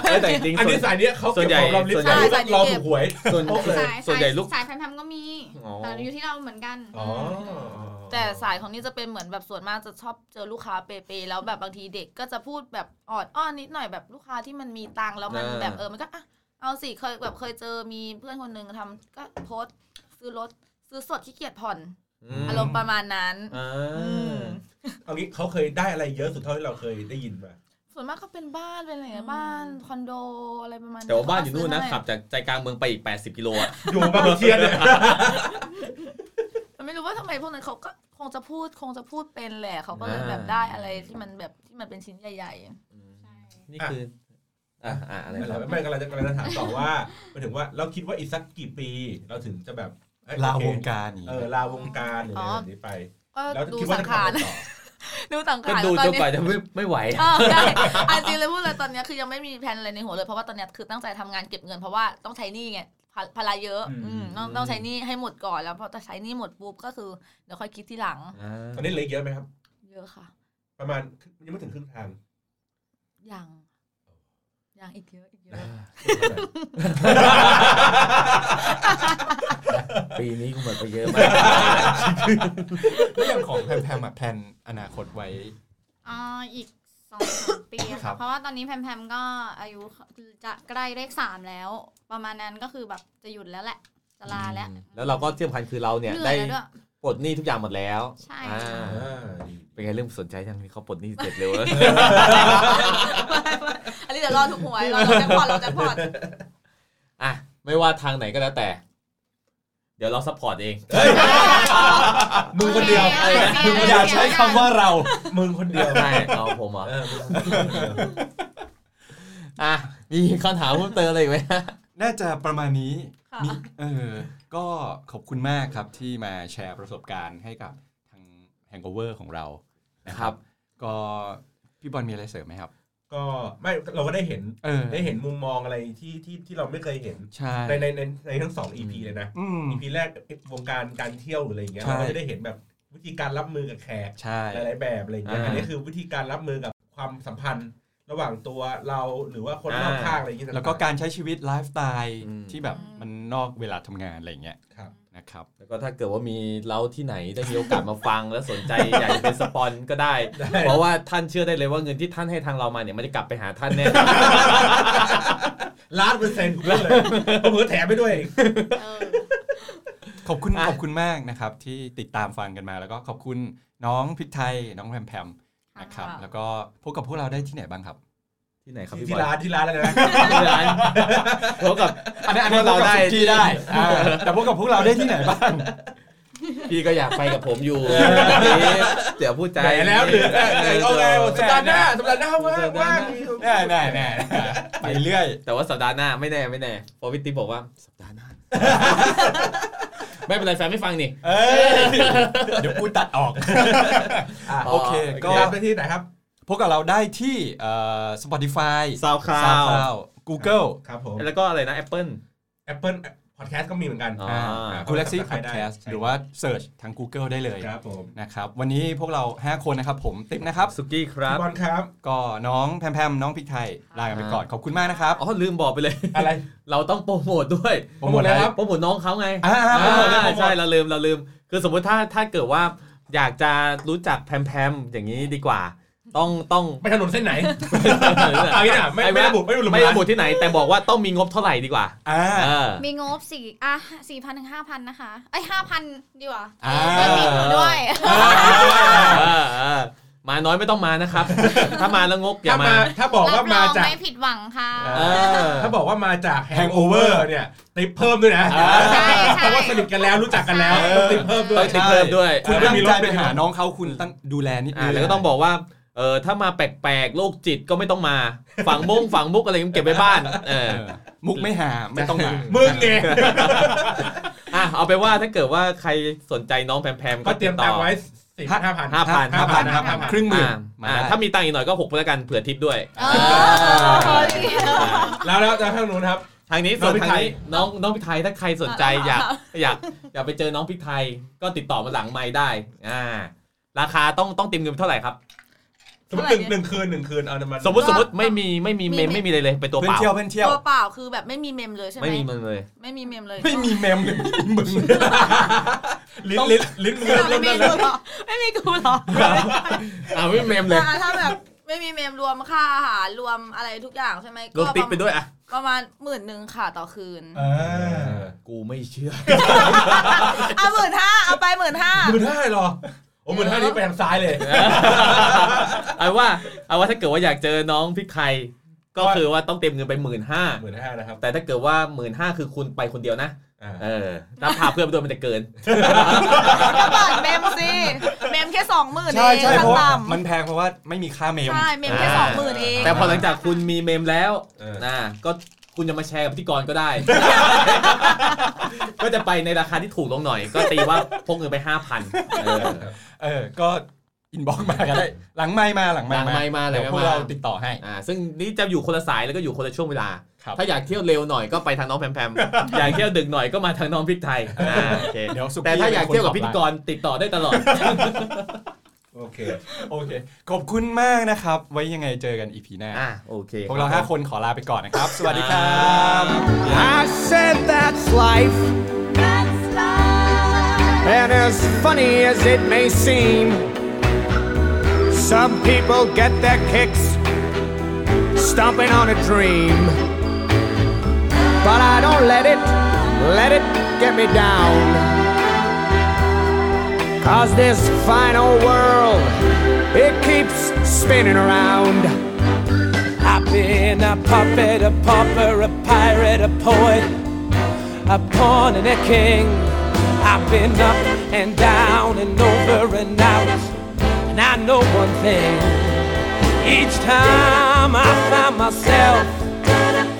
เอ้ยแต่จริงๆ อัน ส่ว นี้ น สายเนี้ยเขา ส่วนใหญ่ เก็บของรอบลิฟ ส่ ต์ วนใหญ่ สาย ใช่ รอถูกหวย ส่วน สาย ส่วนใหญ่ลูก สายแฟนทำก็มี อ๋อ แต่อยู่ที่เราเหมือนกัน อ๋อ แต่สายของนี่จะเป็นเหมือนแบบส่วนมากจะชอบเจอลูกค้าเปเปแล้วแบบบางทีเด็กก็จะพูดแบบออดอ้อนนิดหน่อยแบบลูกค้าที่มันมีตังค์แล้วมัน อ่า แบบเออมันก็อ่ะเอาสิเคยแบบเคยเจอมีเพื่อนคนหนึ่งทำก็โพสต์ซื้อรถซื้อสดขี้เกียจผ่อน ม อารมณ์ประมาณนั้น อ่า เอางี้เขาเคยได้อะไรเยอะสุดเท่าที่เราเคยได้ยินมา ส่วนมากก็เป็นบ้านเป็นอะไรอย่างเงี้ย อืม บ้านคอนโดอะไรประมาณ แต่ว่าบ้านอยู่นู่นนะ ซื้ให้ ขับจากใจกลางเมืองไปอีก 80 กิโลอะ อยู่บางขุนเทียนเนี่ย แต่ไม่รู้ว่าทำไมพวกนั้นเขาก็คงจะพูดคงจะพูดเป็นแหละเขาก็เลย อ่า แบบได้อะไรที่มันแบบที่มันเป็นชิ้นใหญ่ ใช่ นี่คืออ่ะอ่ะอะไร ไม่ ครั ไม่ บ ไม่กำลังจะกำลังจะถามต่อว่าหมายถึงว่าเราคิดว่าอีกสักกี่ปีเราถึงจะแบบเอ้ย ลา โอ ว เค งการอย่าง เอ งี้ อลาวงการหรืออะไรแบบนี้ไป ๆ ก็ แล้ว ดู คิดว่า สัง จะทำ ขาร อะไรต่อ ดูสัง ก็ ขาร ดู แล้วตอจนนนี้ กว่าจะไม่ไม่ไหว เออใช่อ่ะจริงเลยพูดเลยตอนเนี้ยคือยังไม่มีแผนอะไรในหัวเลยเพราะว่าตอนเนี้ยคือตั้งใจทำงานเก็บเงินเพราะว่าต้องใช้หนี้ไงภาภาระเยอะอืมต้องต้องใช้หนี้ให้หมดก่อนแล้วพอจะใช้หนี้หมดปุ๊บก็คือเดี๋ยวค่อยคิดทีหลัง ตอนนี้เหลืออีกเยอะไหมครับ เยอะค่ะ ประมาณยังไม่ถึงครึ่งทาง ยังยังอีกเยอะอีกเยอะ ปีนี้กูหมดไปเยอะมาก แล้วอย่างของแพมแพมอะแพลนอนาคตไว้ อ่าอีกสองสามปีอะ ครั ค่ะ บ เพราะว่าตอนนี้แพมแพมก็อายุจะใกล้เลขสามแล้ว ประมาณนั้นก็คือแบบจะหยุดแล้วแหละ จะลาแล้ว แล้วเราก็เที่ยมคันคือเราเนี่ย เหนื่ ได้ อยแล้วด้วย ปลดหนี้ทุกอย่างหมดแล้ว ใช่ อ่า อ่าดี เป็นไงเริ่มสนใจยังเขาปลดหนี้เสร็จเร็ว (laughs) เลย อันนี้เดี๋ยวรอถูกหวยรอรอแจ็คพอตรอแจ็คพอต อ่ะไม่ว่าทางไหนก็แล้วแต่ เดี๋ยวเราซัพพอร์ตเอง มึงคนเดียว โอเค มึงคน โอเค เดียว ใช้ำว่าเรา มึงคนเดียว ใช่เอาผมเหรอ เออมึงคนเดียว อ่ะมีคำถามเพิ่มเติมอะไรอีกไหมฮะ น่าจะประมาณนี้ ค่ะ มีเออ ก็ขอบคุณมากครับที่มาแชร์ประสบการณ์ให้กับทางแฮง g อ v เวอร์ของเรานะค ครั รับ บ ก็พี่บอลมีอะไรเสริมไหมครับ ก็ไม่เราก็ได้เห็น เออ ได้เห็นมุมมองอะไรที่ที่ที่เราไม่เคยเห็น ใช่ ในในในในทั้งสอง EP เลยนะ อืม EP แรกวงการการเที่ยวหรืออะไรอย่างเงี้ย ใช่ เราก็จะได้เห็นแบบวิธีการรับมือกับแขก ใช่ หลาย ๆ แบบอะไรอย่างเงี้ย อ่า อันนี้คือวิธีการรับมือกับความสัมพันธ์ ระหว่างตัวเราหรือว่าคนรอบ อ่า ข้างอะไรอย่างเงี้ย แล้วก็การใช้ชีวิตไลฟ์สไตล์ อืม ที่แบบมันนอกเวลาทำงานอะไรอย่างเงี้ย ครับ นะครับ แล้วก็ถ้าเกิดว่ามีเราที่ไหนได้มีโอกาสมาฟัง และสนใจอยากจะเป็นสปอนก็ได้ ได้ เพราะว่าท่านเชื่อได้เลยว่าเงินที่ท่านให้ทางเรามาเนี่ยมันจะกลับไปหาท่านแน่ ล้านเปอร์เซ็นต์เลยผมก็แถมไปด้วย เออ ขอบคุณ อ่ะ ขอบคุณมากนะครับ ที่ติดตามฟังกันมา แล้วก็ขอบคุณน้องพริกไทยน้องแพมแพมนะครับ ค่ะ แล้วก็พบกับพวกเราได้ที่ไหนบ้างครับ ที่ไหนครับพี่บ ที่ อล ร้านที่ร้านอะไรนะ ที่ร้านพบกับ อันนี้อันนี้เราได้ที่ได้อ่าแต่พวกกับพวกเราได้ที่ไหนบ้าง พี่ก็อยากไปกับผมอยู่วันนี้เดี๋ยวพูดใจ แหมแล้วหรือเออเออโอเคสั สัปปดา ดาห์หห์หน้า น้าสัปดาห์หน้าว่าว่า แน่แน่แน่ไปเรื่อย แต่ว่าสัปดาห์หน้าไม่แน่ไม่แน่เพอพี่ติ๊กบอกว่าสัปดาห์หน้า ไม่เป็นไรแฟนไม่ฟังนี่ เอ้ย เดี๋ยวกูตัดออก อ่ะ โอเค ก็ ร้านไปที่ไหนครับ พบกับเราได้ที่เอ่อ Spotify ซาวคลาว SoundCloud Google ครับผม แล้วก็อะไรนะ Apple Apple Podcast ก็มีเหมือนกัน อ๋อ ครับ g a l a x y ครับ Podcast หรือว่า Search ทาง Google ได้เลย ครับผม นะครับ วันนี้พวกเรา 5 คนนะครับ ผมติ๊บนะครับ สุกี้ครับ พี่บอลครับ ก็น้องแพมแพมน้องพริกไทย ลากันไปก่อน ขอบคุณมากนะครับ อ๋อ ลืมบอกไปเลย อะไร เราต้องโปรโมทด้วย โปรโมทอะไรครับ โปรโมทน้องเขาไง อ่าโปรโมทเลย อ่า โปรโมท ใช่เราลืมเราลืม คือสมมติถ้าถ้าเกิดว่าอยากจะรู้จักแพมแพมอย่างนี้ดีกว่า ต้อง (laughs) ต้อง ไปถนนเส้นไหน เอางี้นะไม่ ไอ้แม่ ไม่ระบุไม่ระบุ ไม่ระบุ ร้าน ที่ไหน แต่บอกว่าต้องมีงบเท่าไหร่ดีกว่า อ่า เออ มีงบสี่อ่ะสี่พันถึงห้าพันนะคะไอ้ห้าพันดีกว่า อ่า ไม่มีหนูด้วย เออเออมาน้อยไม่ต้องมานะครับ (laughs) ถ้ามาแล้วงกอย่า ถ้ามา มา ถ้าบอก รั ว่า บร มา อง จาก ไม่ผิดหวังค่ะ เออ ถ้าบอกว่ามาจาก Hangover เนี่ยติปเพิ่มด้วยนะ อ่า ใช่ใช่ เพราะว่าสนิทกันแล้วรู้จักกันแล้วต้องติปเพิ่มด้ ต้ ว อย งติดเพิ่มด้วย คุณ เออตั้งไม่มีรถ ใจ ไม่ ไป มีรถ หาน้องเขาคุณตั้งดูแลนิดนึ อ่าง แล้วก็ต้องบอกว่าเออถ้ามาแปลกๆโรคจิตก็ไม่ต้องมา ฝังม (laughs) งฝังมุกอะไรเก็บไว้บ้านเออ เออมุกไม่หาไม่ต้องหา มึงไง อ่ะเอาไปนว่าถ้าเกิดว่าใครสนใจน้องแพมๆ ก็ ก็ เตรียมตังค์ไว้สี่พันห้าพัน ห้าพัน ห้า ห้า พั พั น น ห้าพันครึ่งหมื่น อ่า มา อ่า ได้ ถ้ามีตังค์อีกหน่อยก็หกไปแล้วกันเผื่อทิปด้วย เอ อ่า อ แล้วแล้วแล้วทางนู้นครับ ทางนี้ น้ ส่ อ ว ง น พริก ทาง ไทย นี้น้องน้องพริกไทยถ้าใครสนใจอยากอยากอยากไปเจอน้องพริกไทยก็ติดต่อมาหลังไม้ได้อ่าราคาต้องต้องเต็มเงินเท่าไหร่ครับ สมมติหนึ่งหนึ่งคืนหนึ่งคืนเอามา สมมติสมมติไม่มีไม่มีเมมไม่มีอะไรเลย ไปตัว เพื่ เป อน ล่า เที่ยวเพื่อนเที่ยว ตัวเปล่าคือแบบไม่มีเมมเลยใช่ไหม ไม่มีมันเลย ไม่มีเมมเลย ไม่มีแมมหรือไม่มีมึง ลิ้นลิ้นลิ้นเงิน ไม่มีกูเหรอไม่มีกู (laughs) เหรอ อ่าไม่มีเมมเลย อ่ะถ้าแบบไม่มีเมมรวมค่าอาหารรวมอะไรทุกอย่างใช่ไหม ลงติ๊กไปด้วยอ่ะ ประมาณหมื่นหนึ่งค่ะต่อคืน เออ กูไม่เชื่อ อ่ะหมื่นห้าเอาไปหมื่นห้า หมื่นห้าเหรอโอ้หมื่นห้านี้ไปทางซ้ายเลย (laughs) เอาว่าเอาว่าถ้าเกิดว่าอยากเจอน้องพริกไทยก็คือว่าต้องเต็มเงินไปหมื่นห้า หมื่นห้านะครับ แต่ถ้าเกิดว่าหมื่นห้าคือคุณไปคนเดียวนะ อ่า เออถ้าพาเพื่อนไปด้วยมันจะเกิน ก็เปิดเมมสิ เมมแค่สองหมื่นเอ ใช่ ง ใช่เพขั้น ราะว่า ต่ มันแพงเพราะว่าไม่มีค่าเม ำ ม ใช่ เมมแค่ อ่า สองหมื่นเอง แต่พอหลังจากคุณมีเมมแล้ว เออ นะก็คุณจะมาแชร์กับพิธีกรก็ได้ ก็จะไปในราคาที่ถูกลงหน่อย ก็ตีว่าพกเงินไปห้าพัน เออ ก็อินบ็อกมาก็ได้ หลังไมค์มาหลังไมค์ หลังไมค์มาหลัง เดี๋ย ไมค์ ว มา พวกเราติดต่อให้ อ่าซึ่งนี่จะอยู่คนละสายแล้วก็อยู่คนละช่วงเวลา ครับ ถ้าอยากเที่ยวเร็วหน่อยก็ไปทางน้องแพมแพม (laughs) อยากเที่ยวดึกหน่อยก็มาทางน้องพริกไทยอ่าโอ (laughs) เค เดี๋ยวสุกี้ แต่ถ้าอยากเที่ยวกับพิธีก เป็นคนขั รติดต่อได้ตลอด โอเค บไลน์โอเค ขอบคุณมากนะครับ ไว้ยังไงเจอกันอีพีหน้า อ่าโอเค พวกเรา 5 คนขอลาไปก่อน (laughs) นะครับ สวัสดีครับ Uh-huh. I said that's life. And as funny as it may seem, some people get their kicks stomping on a dream. But I don't let it, let it get me down. Cause this fine old world, it keeps spinning around. I've been a puppet, a pauper, a pirate, a poet, a pawn and a king. I've been up and down and over and out, and I know one thing. Each time I find myself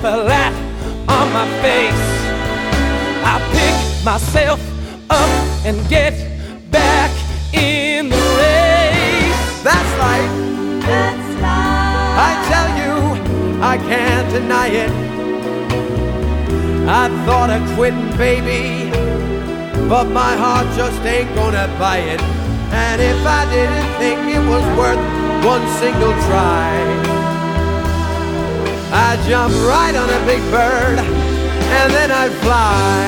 flat on my face, I pick myself up and get back in the race. That's life. I tell you, I can't deny it. I thought of quitting, baby, but my heart just ain't gonna buy it. And if I didn't think it was worth one single try, I jump right on a big bird and then I fly.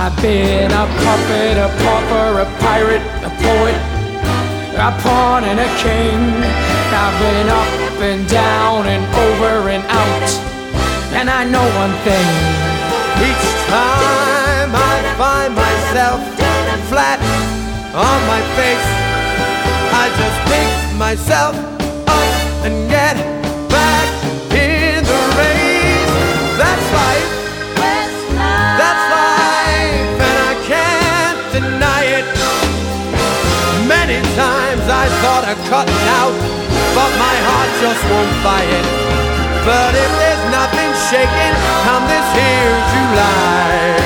I've been a puppet, a pauper, a pirate, a poet, a pawn and a king. I've been up and down and over and out, and I know one thing. Each time I find myself flat on my face, I just pick myself up and get back in the race. That's life. That's life, and I can't deny it. Many times I thought of cutting out, but my heart just won't buy it. But if there's nothing shaking come this here July,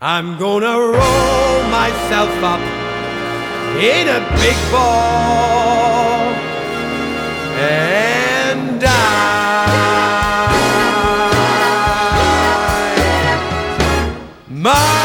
I'm gonna roll myself up in a big ball and die. My